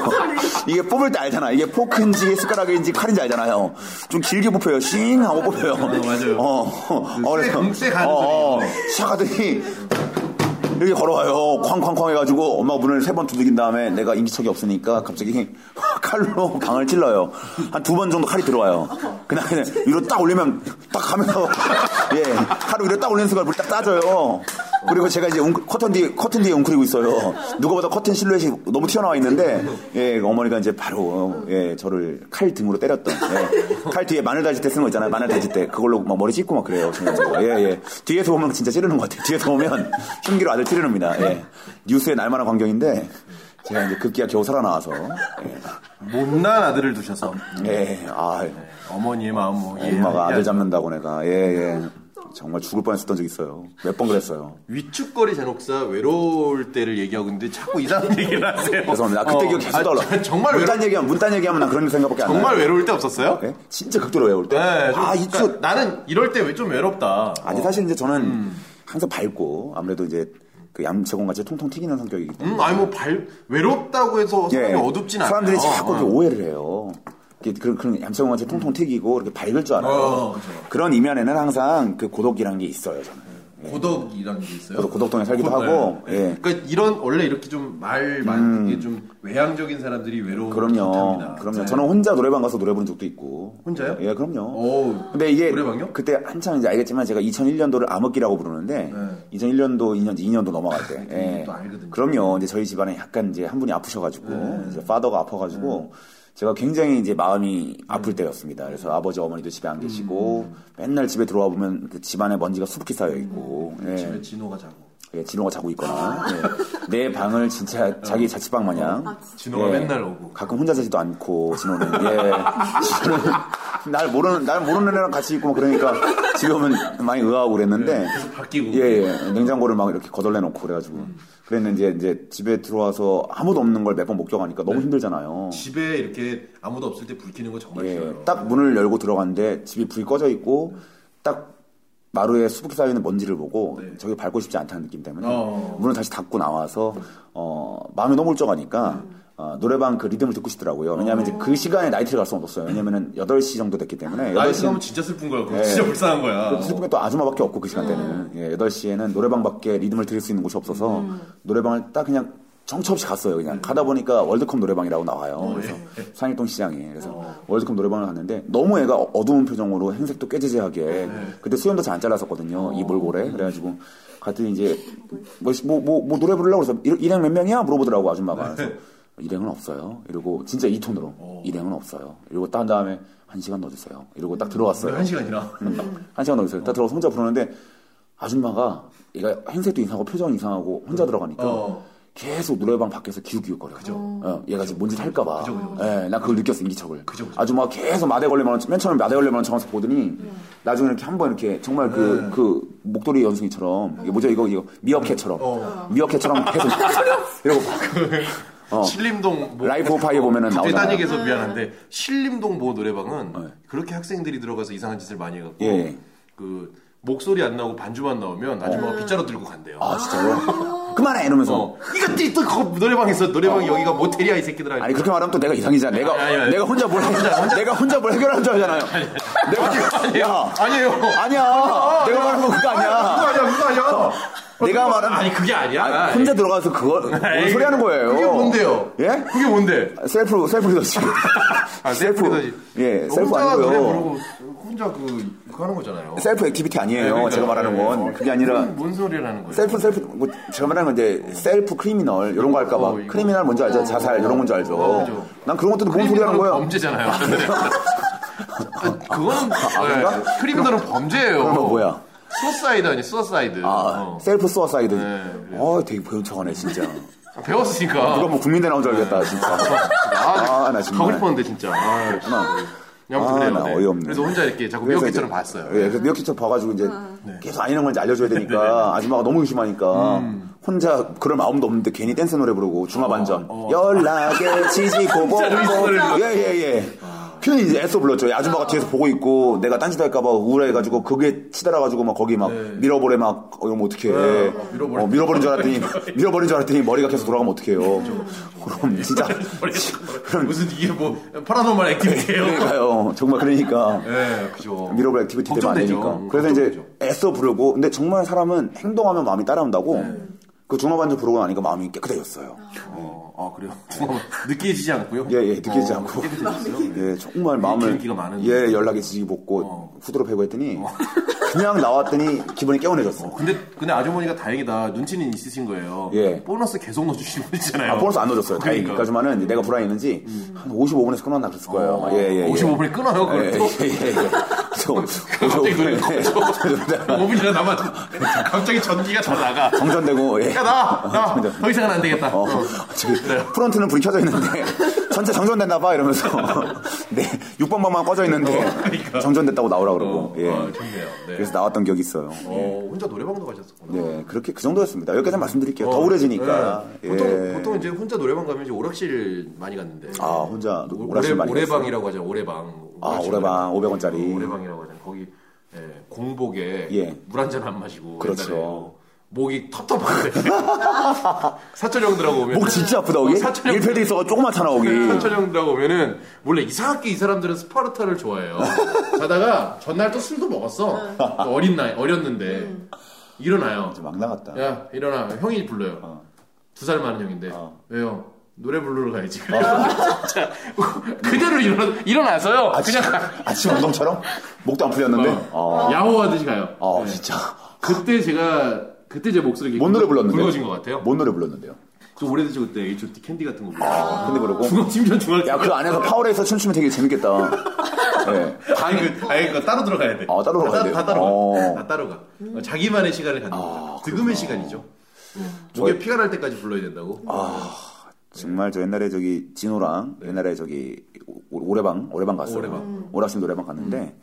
이게 뽑을 때 알잖아. 이게 포크인지 숟가락인지 칼인지 알잖아요. 좀 길게 뽑혀요. 싱 하고 뽑혀요.
맞아요.
어, 어,
쇠-
그래서
쇠 가는
어, 어, 샤가더니 이렇게 걸어와요. 쾅쾅쾅 해가지고 엄마 문을 세 번 두드긴 다음에 내가 인기척이 없으니까 갑자기 칼로 방을 찔러요. 한 두 번 정도 칼이 들어와요. 그날 위로 딱 올리면 딱 가면서 예 하루 위로 딱 올리는 순간 물딱 따져요. 그리고 제가 이제 웅- 커튼 뒤 커튼 뒤에 웅크리고 있어요. 누가보다 커튼 실루엣이 너무 튀어나와 있는데 예 어머니가 이제 바로 예 저를 칼 등으로 때렸던 예, 칼 뒤에 마늘 다질 때 쓰는 거 있잖아요. 마늘 다질 때 그걸로 막 머리 찢고 막 그래요. 정말. 예 예. 뒤에서 보면 진짜 찌르는 것 같아요. 뒤에서 보면 흉기로 아들 찌르는입니다. 예. 뉴스에 날만한 광경인데 제가 이제 급기야 겨우 살아나와서 예,
못난 아들을 두셔서
예아
어머니의 마음 뭐
엄마가
이해하지
아들 잡는다고 내가 예예 정말 죽을 뻔했었던 적 있어요. 몇 번 그랬어요.
위축거리 잔혹사 외로울 때를 얘기하고 있는데 자꾸 이상한 얘기를 하세요.
죄송합니다. 아, 그때
어,
기억 계속
아,
떠올라.
정말 외로
문단 얘기하면 문단 얘기하면 나 그런 생각밖에 안 나요.
정말 외로울 때 없었어요?
예? 진짜 극도로 외울 때.
네, 좀-
아
그러니까
이쪽
나는 이럴 때 왜 좀 외롭다.
아니 사실 이제 저는
음.
항상 밝고 아무래도 이제 그 얌체공 같이 통통 튀기는 성격이기 때문에. 예.
음, 아니 뭐 발, 외롭다고 해서 사람이 어둡진 않아요.
사람들이 자꾸 이렇게
어.
오해를 해요. 이렇게 그런 그런 얌체공 같이 통통 튀기고 이렇게 밝을 줄 알아요.
어, 음,
그런 이면에는 항상 그 고독이라는 게 있어요. 저는.
고덕이라는 게 있어요. 그
저도 고덕동에 살기도 하고, 예. 음.
그러니까 이런 원래 이렇게 좀 말 많은 게좀 외향적인 사람들이 외로운
그럼요.
탓합니다.
그럼요.
네.
저는 혼자 노래방 가서 노래 부른 적도 있고.
혼자요?
예, 그럼요.
어우.
근데 이게
노래방요?
그때 한창 이제 알겠지만 제가 2001년도를 암흑기라고 부르는데
네. 아,
2001년도 2년 2년도 넘어갈 때. 예.
이게 또 알거든요. 네.
그럼요. 이제 저희 집안에 약간 이제 한 분이 아프셔가지고 이제 파더가 아파가지고 제가 굉장히 이제 마음이
네.
아플 때였습니다. 그래서 아버지 어머니도 집에 안 계시고
음.
맨날 집에 들어와 보면 그 집안에 먼지가 수북히 쌓여 있고. 예.
음. 집에 진호가 자고.
예, 진호가 자고 있거나 예. 내 방을 진짜 자기 자취방 마냥
진호가
예.
맨날 오고.
가끔 혼자 자지도 않고 진호는 예 진호는 날 모르는 날 모르는 애랑 같이 있고 막 그러니까 지금은 많이 의아하고 그랬는데
네, 계속 바뀌고. 음.
예예 냉장고를 막 이렇게 거덜내 놓고 그래가지고 그랬는데 이제 집에 들어와서 아무도 없는 걸 몇 번 목격하니까
네.
너무 힘들잖아요.
집에 이렇게 아무도 없을 때 불 켜는 거 정말
예,
싫어요.
딱 문을 열고 들어갔는데 집이 불이 꺼져 있고 딱 마루에 수북히 쌓여 있는 먼지를 보고 저기 밟고 싶지 않다는 느낌 때문에
네. 어.
문을 다시 닫고 나와서 어, 마음이 너무 울적하니까 어, 노래방 그 리듬을 듣고 싶더라고요.
어.
왜냐하면 이제 그 시간에 나이트를 갈 수는 없었어요. 왜냐하면 8시 정도 됐기 때문에
나이
8시
지나면 진짜 슬픈 거야. 그거 진짜 불쌍한 거야.
예. 슬픈 게또 아줌마밖에 없고 그 시간대는 예, 8시에는 노래방밖에 리듬을 들을 수 있는 곳이 없어서 노래방을 딱 그냥 정처 없이 갔어요. 그냥 가다 보니까 월드컵 노래방이라고 나와요. 그래서 상일동 시장에 그래서 월드컵 노래방을 갔는데 너무 애가 어두운 표정으로 행색도 깨지지하게 그때 수염도 잘 안 잘랐었거든요. 이 몰골에 그래가지고 갔더니 이제 뭐, 뭐, 뭐, 뭐 노래 부르려고 그래서 일- 일행 몇 명이야 물어보더라고 아줌마가 그래서 일행은 없어요. 이러고 진짜 이 톤으로 일행은 없어요. 이러고 딴 다음에 한 시간 넣어주세요. 이러고 딱 들어왔어요.
한 시간이나.
한 시간 넘었어요. 딱 들어가서 혼자 부르는데 아줌마가 얘가 행색도 이상하고 표정 이상하고 혼자 들어가니까
어.
계속 노래방 밖에서 기웃기웃거려. 그죠. 어, 얘가 지금 뭔짓 할까봐.
그죠, 그죠,
예, 나 그걸 느꼈어 인기척을.
그죠, 그죠.
아줌마가 계속 마대걸레만 맨 처음에 마대걸레만 쳐면서 보더니 나중에 이렇게 한 번 이렇게 정말 그 그
네.
목도리 연승이처럼 이게 뭐죠 이거 이거 미어캣처럼
어.
미어캣처럼 계속 이러고 어.
신림동 뭐
라이프 오브 파이에 보면은
갑자기
나오잖아요. 네.
딴 얘기해서 미안한데 신림동 모 노래방은 그렇게 학생들이 들어가서 이상한 짓을 많이 해갖고
예.
그 목소리 안 나오고 반주만 나오면 아줌마가 빗자루 들고 간대요.
음. 아 진짜요? 그만해 이러면서
어. 이것들이 또 거- 노래방에서 노래방 여기가 모텔이야 이 새끼들아.
아니 그렇게 말하면 또 내가 이상이잖아. 내가
아니, 아니, 아니.
내가 혼자 뭘 내가 혼자 뭘 해결하는 줄 알잖아요. 내가 야
아니에요.
아니야. 내가 말한 건 그거
그거
아니야.
아니야, 그거 아니야.
내가 말한
아니 그게 아니야.
아니, 혼자 들어가서 그거 뭔
아니,
소리 하는 거예요.
그게 뭔데요?
예?
그게 뭔데?
셀프 셀프 리더십.
아, 셀프다지. 어,
예, 셀프
혼자 노래
아니고요.
부르고 혼자 그 그거 하는 거잖아요.
셀프 액티비티 아니에요.
네, 그러니까요.
제가 말하는 건
어,
그게 아니라
뭔 소리를 하는 거예요?
셀프 셀프 뭐 제가 말하는 건 이제 셀프 크리미널 이런 거 할까 봐.
어, 이거. 어,
크리미널 뭔지 알죠? 자살 이런 건 줄 알죠.
그죠.
난 그런 것도 뭔 소리 하는 거예요?
범죄잖아요. 아, 그거는
그런가?
예, 크리미널은 범죄예요.
그런 거 어, 뭐야?
수어사이드 아니 수어사이드.
아,
어.
셀프 수어사이드.
네,
어, 되게 배운 척하네, 진짜.
배웠으니까.
누가 뭐 국민대 나온 줄 알겠다, 진짜.
아,
아, 나 정말.
가고 싶었는데 진짜. 아, 역시. 아무튼
아,
그래요.
나
네.
어이없네.
그래서 혼자 이렇게 자꾸
그래서
미역기처럼
이제,
봤어요. 네.
예, 그래서 미역기처럼 봐가지고 이제 계속 아니는 건지 알려줘야 되니까 아줌마가 너무 의심하니까
음.
혼자 그럴 마음도 없는데 괜히 댄스 노래 부르고 중화반전
어,
연락에 지지고 보고 예예예. 괜히 이제 애써 불렀죠. 이 아줌마가 뒤에서 보고 있고 내가 딴짓 할까봐 우울해가지고 그게 치달아가지고 막 거기 막 밀어버려 막 어, 이러면 어떡해.
네. 밀어버려.
어, 밀어버린 줄 알았더니 밀어버린 줄 알았더니 머리가 계속 돌아가면 어떡해요. 그럼 진짜
무슨 이게 뭐 파라노말 액티비티예요?
그러니까요. 정말 그러니까.
예, 그죠.
미러볼 액티비티 되면 안
걱정되죠. 음,
되니까. 그래서 이제
걱정되죠.
애써 부르고, 근데 정말 사람은 행동하면 마음이 따라온다고, 그 중화반주 부르고 나니까 마음이 깨끗해졌어요.
어, 네. 아 그래요. 느끼해지지 않고요.
예, 예, 느끼지 않고.
깨끗해졌어요. 네.
예, 정말
이렇게
마음을.
인기가 많은 어.
예, 연락이 지지기 볶고, 후드로 패고 했더니, 그냥 나왔더니 기분이 개운해졌어. 요
근데 근데 아주머니가 다행이다 눈치는 있으신 거예요.
예.
보너스 계속 넣어주시는 분이잖아요.
아, 보너스 안 넣어줬어요. 다행히.
그러니까.
그러니까지만은 내가 불안했는지, 한 55분에서 끊었나 그랬을 거예요. 아마. 예, 예. 예.
음. 어. 55분에 끊어요.
예, 예,
그걸 또
예, 예. 그래서 예,
갑자기 노래
55분에.
꺼져. 5분이나 남았는데 갑자기 전기가 다 나가.
정전되고, 예.
야나나더 이상은 안 되겠다.
어,
어.
저기 프론트는 불이 켜져 있는데 전체 정전됐나 봐 이러면서 네 6번 방만 꺼져 있는데
어,
정전됐다고 나오라 그러고 예.
아, 좋네요. 네.
그래서 나왔던 기억이 있어요.
어, 혼자 노래방도 가셨었구나.
네 그렇게 그 정도였습니다. 여기까지 말씀드릴게요. 더
어,
우울해지니까
예.
예.
보통, 보통 이제 혼자 노래방 가면 이제 오락실 많이 갔는데.
아 혼자
오-
오락실 많이
오레,
갔어요.
오레방이라고 하죠. 오레방.
아, 오레방, 500원 짜리.
오레방이라고 하잖아요. 거기 예, 공복에
예.
물 한 잔 안 마시고.
그렇죠.
옛날에 목이 텁텁한데. 사철 형들하고 오면.
목 진짜 아프다 거기
사촌형.
일패드 있어가 조그맣잖아 거기.
네, 사철 형들하고 오면은 원래 이상하게 이 사람들은 스파르타를 좋아해요. 자다가 전날 또 술도 먹었어. 또 어린 나이 어렸는데 일어나요.
이제 막 나갔다.
아. 야 일어나 형이 불러요.
어.
두 살 많은 형인데
어.
왜요? 노래 부르러 가야지. 진짜 그대로 일어나 일어나서요.
아침,
그냥
아침 운동처럼 목도 안 풀렸는데. 어.
야호하듯이 가요.
어,
네.
진짜.
그때 제가 그때 제 목소리
뭔 노래 불렀는데?
굵어진 것 같아요.
뭔 노래 불렀는데요?
저 오래되죠 그때 H.O.T 캔디 같은 거 불렀어요.
근데 그러고
중학 심지어 중학생.
야 그 안에서 파워레이서 춤추면 되게 재밌겠다. 예.
아니 그 아니 그 따로 들어가야 돼.
아, 따로 들어가야
다,
돼요?
다 따로
어. 아,
가. 다 따로 가. 어, 자기만의 시간을 갖는 거죠. 득음의 시간이죠. 목에
뭐,
피가 날 때까지 불러야 된다고.
아. 정말 저 옛날에 저기 진호랑 옛날에 저기 오- 오래방 오래방 갔어요.
네.
음.
오래방. 음.
오락실 노래방 갔는데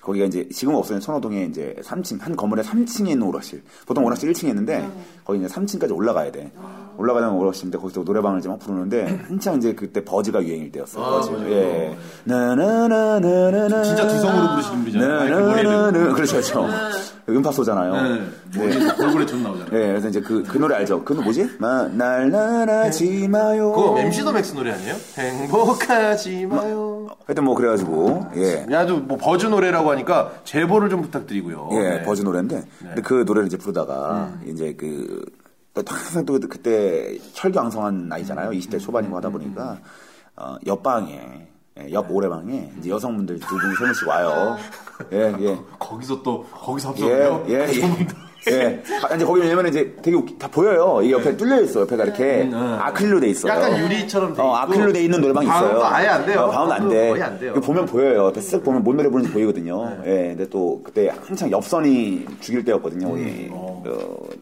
거기가 이제 지금 은 없어진 선호동에 이제 3층 한 건물에 3층에 있는 오락실. 보통
음.
오락실 1층에 있는데 거기 이제 3층까지 올라가야 돼. 올라가면 오락실인데 거기서 노래방을 이제 막 부르는데 한창 이제 그때 버즈가 유행일 때였어.
음. 아,
버즈.
맞아요.
예. 나나나나나
진짜 두성으로 부르시는 분이잖아요. 마이크 머리를.
나나나나 그렇죠, 그렇죠. 음파소잖아요.
네. 머리에서 골골에 점 나오잖아.
예, 그래서 이제 그, 그 노래 알죠? 그 뭐지? 마, 날라라지 마요.
네. 그거 MC 더 맥스 노래 아니에요? 행복하지 마요.
하여튼 뭐 그래가지고 예.
음. 아주 뭐 버즈 노래라고 하니까 제보를 좀 부탁드리고요.
예,
네. 음.
버즈 노래인데 근데 그 노래를 이제 부르다가 이제 그 또, 항상 또 그때 혈기왕성한
음.
나이잖아요. 20대 초반이고 하다 보니까 어, 옆방에 예,
네.
옆 오래방에 이제 여성분들 두 분이 세 명씩 와요. 예, 예.
거기서 또 거기서
예,
합성해요.
예, 예. 예. 아, 이제 거기 왜냐면 이제 되게 웃기- 다 보여요. 이 옆에 뚫려 있어. 옆에가 이렇게 아크릴로 돼 있어요.
네. 음, 약간 유리처럼 돼
어,
있고.
아크릴로 돼 있는 노래방이 있어요.
방음도 아예 안 돼요.
어, 방음도 안 돼.
거의 안 돼요. 네.
이거 보면 보여요. 옆에 쓱 보면 뭔 노래 부르는지 보이거든요. 예. 근데 또 그때 한창 엽선이 죽일 때였거든요.
음.
우리 어,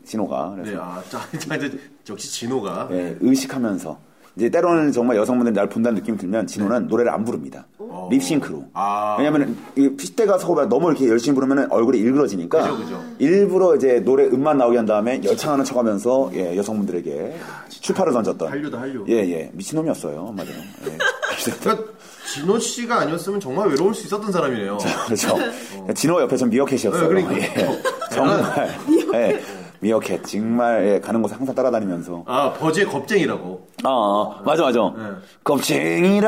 진호가. 그래서
네, 아, 자, 자, 이제 역시 진호가
예, 의식하면서 이제 때로는 정말 여성분들이 날 본다는 느낌이 들면 진호는 노래를 안 부릅니다. 립싱크로.
네. 아.
왜냐면 이 핏대가 서고 너무 이렇게 열심히 부르면 얼굴이 일그러지니까
그죠, 그죠.
일부러 이제 노래 음만 나오게 한 다음에 열창하는 척하면서 예, 여성분들에게
아,
추파를 던졌던
한류다, 한류.
예, 예. 미친놈이었어요. 한마디로. 예.
그러니까 진호 씨가 아니었으면 정말 외로울 수 있었던 사람이네요.
그렇죠. 진호 옆에서 미어캣이었어요.
어. 네, 그러니까. 아.
예. 정말 예. 미어캣 정말 예, 가는 곳 항상 따라다니면서
아, 버즈의 겁쟁이라고.
아, 아, 맞아, 맞아.
네.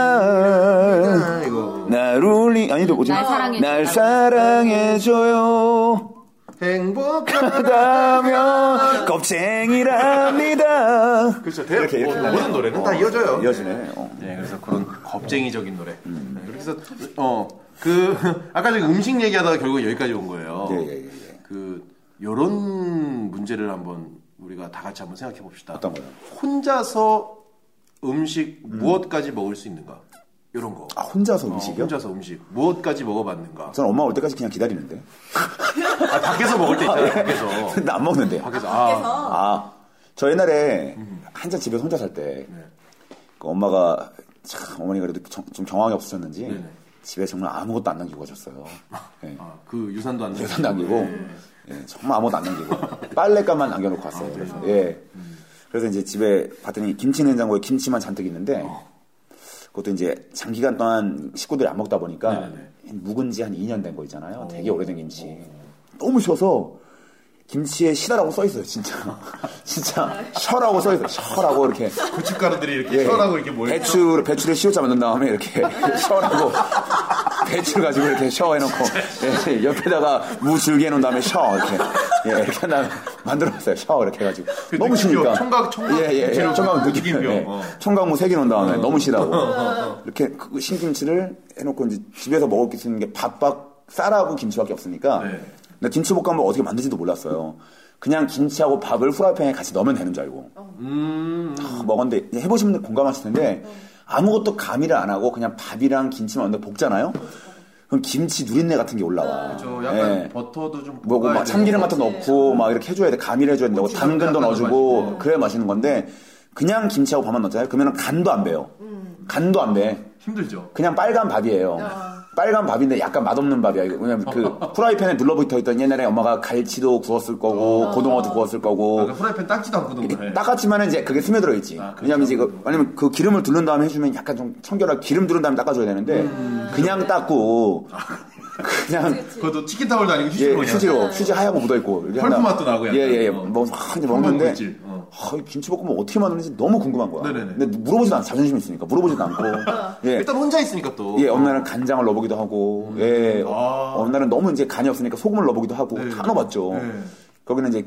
겁쟁이랍니다.
아, 이거.
날 울리, 아니, 뭐지?
날 사랑해줘요.
날 사랑해줘요.
행복하다. 아.
하다면 겁쟁이랍니다.
그렇죠. 대요
이렇게, 이렇게
뭐, 모든 노래는 다 이어져요.
이어지네. 어.
네, 그래서 그런 겁쟁이적인 노래.
음.
네, 그렇게 해서 어, 그 아까 전에 음식 얘기하다가 결국 여기까지 온 거예요.
예, 예, 예, 예.
그 요런 문제를 한번 우리가 다 같이 한번 생각해 봅시다.
어떤 거요?
혼자서 음식 무엇까지 먹을 수 있는가? 요런 거.
아, 혼자서
어,
음식이요?
혼자서 음식 무엇까지 먹어봤는가?
전 엄마 올 때까지 그냥 기다리는데.
아, 밖에서 먹을 때
예.
있잖아요. 밖에서.
근데 안 먹는데.
밖에서 아,
그래서
아, 저 옛날에 한참 집에서 혼자 살 때, 그 엄마가, 참, 어머니가 그래도 정- 좀 경황이 없으셨는지, 집에 정말 아무것도 안 남기고 가셨어요. 예.
아, 그 유산도 안
계산
내고.
남기고 예, 정말 아무것도 안 남기고 빨랫감만 남겨놓고 왔어요. 그래서 예. 그래서 이제 집에 봤더니 김치 냉장고에 김치만 잔뜩 있는데 그것도 이제 장기간 동안 식구들이 안 먹다 보니까 묵은 지 한 2년 된 거 있잖아요. 되게 오래된 김치. 너무 쉬워서 김치에 시다라고 써 있어요, 진짜. 진짜 셔라고 써 있어요. 셔라고 이렇게
고춧가루들이 이렇게
예.
썰하고 이렇게 모여.
배추 배추를 시옷자 만든 다음에 이렇게 셔라고 배추를 가지고 이렇게 셔 해놓고 예, 옆에다가 무 줄기 해놓은 다음에 셔 이렇게 예, 이렇게 나 만들어봤어요 셔 이렇게 해가지고
그
너무
느낌표,
쉬니까
총각, 총각
예, 예,
김치로
예, 총각 느낌
느낌표.
예.
어.
총각 무 세개 넣은 다음에 너무 시다고 이렇게 그 신김치를 해놓고 이제 집에서 먹을 수 있는 게 밥밥 쌀하고 김치밖에 없으니까
네.
나 김치볶음밥 어떻게 만드지도 몰랐어요 그냥 김치하고 밥을 후라이팬에 같이 넣으면 되는 줄 알고
음.
다 먹었는데 이제 해보시면 공감하실 텐데 아무것도 가미를 안 하고 그냥 밥이랑 김치만 넣는데 볶잖아요. 그럼 김치 누린내 같은 게 올라와.
저 약간
예.
버터도 좀
뭐고
볶아야
막 참기름
되고.
같은 거 넣고 막 이렇게 해줘야 돼. 가미를 해줘야 된다고
고추장
당근도
약간
넣어주고
넣어가지고.
그래야 맛있는 건데 그냥 김치하고 밥만 넣잖아요. 그러면 간도 안 배요. 간도 안 배.
힘들죠.
그냥 빨간 밥이에요. 빨간 밥인데 약간 맛없는 밥이야. 이거 왜냐면 그 프라이팬에 눌러붙어 있던 옛날에 엄마가 갈치도 구웠을 거고 고등어도 구웠을 거고
약간 후라이팬 딱지도 않고 동 거네. 아, 그렇죠.
닦았지만 이제 그게 스며들어 있지. 왜냐면 이제 그, 왜냐면 그 기름을 두른 다음에 해주면 약간 좀 청결하게 기름 두른 다음에 닦아줘야 되는데 그냥 닦고 그냥
음. 아, 그것도 치킨 타월도 아니고
예,
휴지로 그냥.
휴지로 휴지 하얗고 묻어 있고
펄프 맛도 나고 약간.
예예 예.
어.
뭐 하-
펄프
이제 먹는데
물질, 어.
아, 이 김치볶음을 어떻게 만드는지 너무 궁금한 거야.
네네네.
근데 물어보지도 않아. 자존심 있으니까. 물어보지도 않고. 예.
일단 혼자 있으니까 또.
예, 어느 날은 간장을 넣어보기도 하고, 예,
뭐 아.
어느 날은 너무 이제 간이 없으니까 소금을 넣어보기도 하고,
네.
다 넣어봤죠.
네.
거기는 이제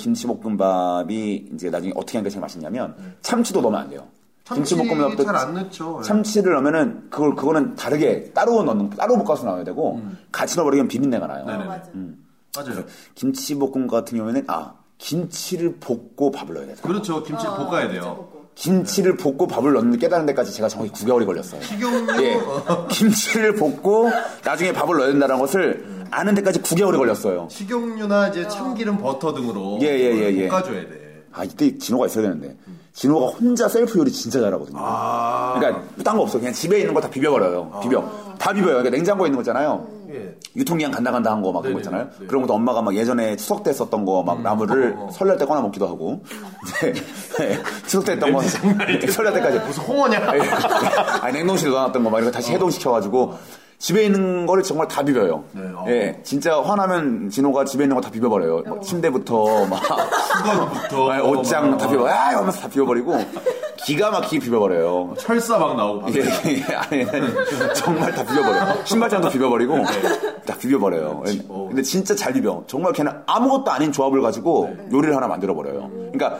김치볶음밥이 이제 나중에 어떻게 하는 게 제일 맛있냐면, 참치도 넣으면 안 돼요.
네. 참치
김치볶음밥도
잘안 넣죠. 예.
참치를 넣으면은 그걸 그거는 다르게 따로 넣는 따로 볶아서 나와야 되고 같이 넣어버리면 비린내가 나요.
음. 네네네.
맞아.
맞아요.
김치볶음 같은 경우에는 아 김치를 볶고 밥을 넣어야 되다.
그렇죠. 김치
어,
볶아야
진짜
돼요.
볶고.
김치를 볶고 밥을 넣는 깨달은 데까지 제가 정확히 9개월이 걸렸어요.
식용유.
예,
어,
김치를 볶고 나중에 밥을 넣어야 된다는 것을 아는 데까지 9개월이 걸렸어요.
식용유나 이제 참기름, 버터 등으로
예, 예, 예, 예.
볶아줘야 돼.
아 이때 진호가 있어야 되는데 진호가 혼자 셀프 요리 진짜 잘하거든요.
아.
그러니까 딴 거 없어. 그냥 집에 있는 거 다 비벼버려요. 비벼. 다 비벼요. 그러니까 냉장고에 있는 거 있잖아요.
예.
유통기한 간다 간다 한 거 막 그런 거
네네네.
있잖아요.
네. 음. 어,
그런 것도 엄마가 막 예전에 추석 때 썼던 거 막 나물을 설날 때 꺼내 먹기도 하고. 네. 네. 추석 때 했던 거 네, 설날 때까지.
무슨 홍어냐?
예, 아니 냉동실에 넣어놨던 거 막 이렇게 다시 해동시켜가지고 집에 있는 거를 정말 다 비벼요.
네, 어.
예, 진짜 화나면 진호가 집에 있는 거 다 비벼버려요. 막 침대부터 막
수건부터. 어.
아니, 옷장 다 비벼. 아 하면서 다 비벼버리고 기가 막히게 비벼버려요.
철사 막 나오고.
예, 예, 예. 아니, 아니, 정말 다 비벼버려. 신발장도 비벼버리고, 다 비벼버려요. 예.
어.
근데 진짜 잘 비벼. 정말 걔는 아무것도 아닌 조합을 가지고
네.
요리를 하나 만들어버려요. 그러니까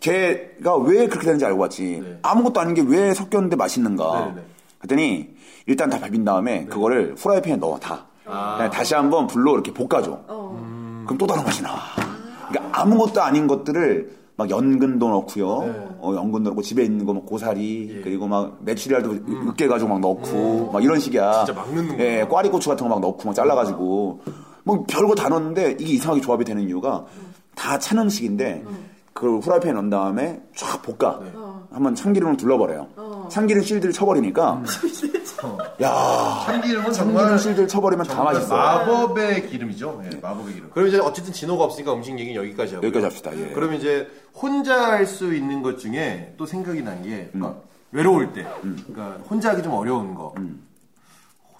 걔가 왜 그렇게 되는지 알고 봤지. 아무것도 아닌 게 왜 섞였는데 맛있는가.
네, 네.
그랬더니 일단 다 비빈 다음에 그거를 후라이팬에 넣어, 다.
아.
그냥 다시 한번 불로 이렇게 볶아줘.
어.
그럼 또 다른 맛이 나와. 그러니까 아무것도 아닌 것들을 막 연근도 넣고요.
네.
어, 연근도 넣고 집에 있는 거막 뭐 고사리
예.
그리고 막 메추리알도 으깨 가지고 막 넣고 막 이런 식이야.
음. 진짜 막 넣는구나.
예, 꽈리 고추 같은 거 막 넣고 막 잘라 가지고 뭐 별거 다 넣었는데 이게 이상하게 조합이 되는 이유가 다 찬 음식인데 그걸 후라이팬에 넣은 다음에 쫙 볶아.
네.
한번 참기름을 둘러버려요. 참기름 실드를 쳐버리니까
음.
야
참기름은
참기름
정말.
실드를 쳐버리면 다
정말
맛있어. 요
마법의 기름이죠. 예, 마법의 기름. 그럼 이제 어쨌든 진호가 없으니까 음식 얘기는 여기까지 하고.
여기까지 합시다. 예.
그럼 이제 혼자 할 수 있는 것 중에 또 생각이 난 게
음.
그러니까 외로울 때, 그러니까 혼자 하기 좀 어려운 거.
음.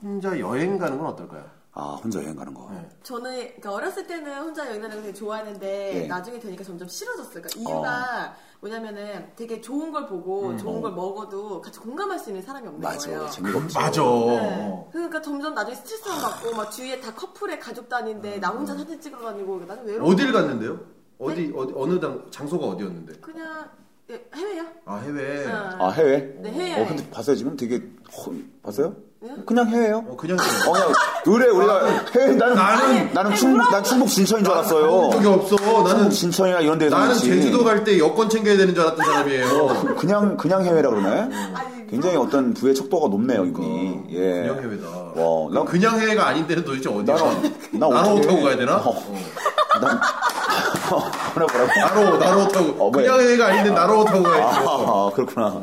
혼자 여행 가는 건 어떨까요?
아 혼자 여행 가는
네.
거.
저는 그러니까 어렸을 때는 혼자 여행 다니는 거 되게 좋아하는데
예.
나중에 되니까 점점 싫어졌어요. 그러니까 이유가 뭐냐면은 되게 좋은 걸 보고 좋은 걸 먹어도 같이 공감할 수 있는 사람이 없는
맞아.
거예요.
재미가 없지.
맞아. 어.
네. 그러니까 점점 나중에 스트레스 받고 막 주위에 다 커플에 가족 다니는데 나 혼자 사진 찍으러 다니고 그러니까 나는 외로워.
어딜 갔는데요?
네.
어디 어디 어느 당 장소가 어디였는데?
그냥 예, 해외요. 어.
아 해외.
아 해외?
네, 해외.
어 근데 봤어요 지금 되게 허, 봤어요? 그냥 해외예요.
어, 그냥
어 그냥 노래 우리가 해외 나는
나는-
나는 충, 난 충북 진천인 줄 알았어요.
적이 없어. 나는
충북 진천이나 이런 데서
나는 제주도 갈 때 여권 챙겨야 되는 줄 알았던
어,
사람이에요.
그냥 그냥 해외라 그러네.
아니,
굉장히 어떤 부의 척도가 높네요 이분이. 예.
그러니까. 그냥 해외다.
와, 나-
그냥 해외가 아닌 데는 도대체 어디야?
나는- 나
나로
어떻게-
타고 가야 되나?
어.
어.
난 뭐라 뭐라고.
나로 나로 타고
어, 왜?
그냥 해외가 아닌데 나로 타고 가야지.
아 그렇구나.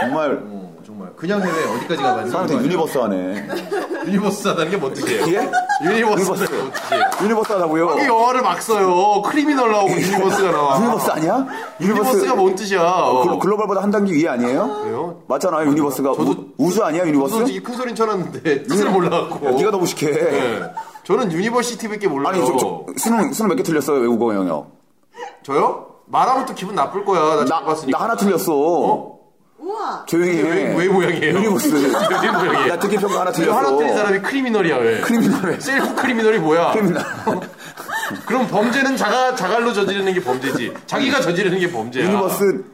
정말
어, 정말 그냥 해외 어디까지 가봤니?
사람한테 유니버스하네.
유니버스 하다는 게 어떻게 해요?
예?
유니버스
유니버스.
어떻게 해요?
유니버스하다고요.
영화를 막 써요. 크리미널 나오고 유니버스가 나와.
유니버스 아니야?
유니버스가 뭔 뜻이야? 어.
글로- 글로벌보다 한 단계 위에 아니에요?
그래요?
맞잖아요 유니버스가
저도-
우, 주 아니야 유니버스?
솔직히 큰 소린 쳐놨는데 뜻을 몰라갖고.
네가 너무 식해.
예. 저는 유니버시티밖에 몰라요.
아니 저,
어.
저, 수능 수능 몇 개 틀렸어요 외국어 영역?
저요? 말하면 또 기분 나쁠 거야. 나,
나,
잘 봤으니까.
나 하나 틀렸어.
우와.
조용히 해.
왜, 왜 모양이에요?
유니버스.
왜 모양이에요?
나 듣기 평가 하나
그
틀렸어.
하나 틀린 사람이 크리미널이야 왜?
크리미널.
셀프 크리미널이 뭐야?
크리미널.
그럼 범죄는 자가 자갈로 저지르는 게 범죄지. 자기가 저지르는 게 범죄야.
유니버스.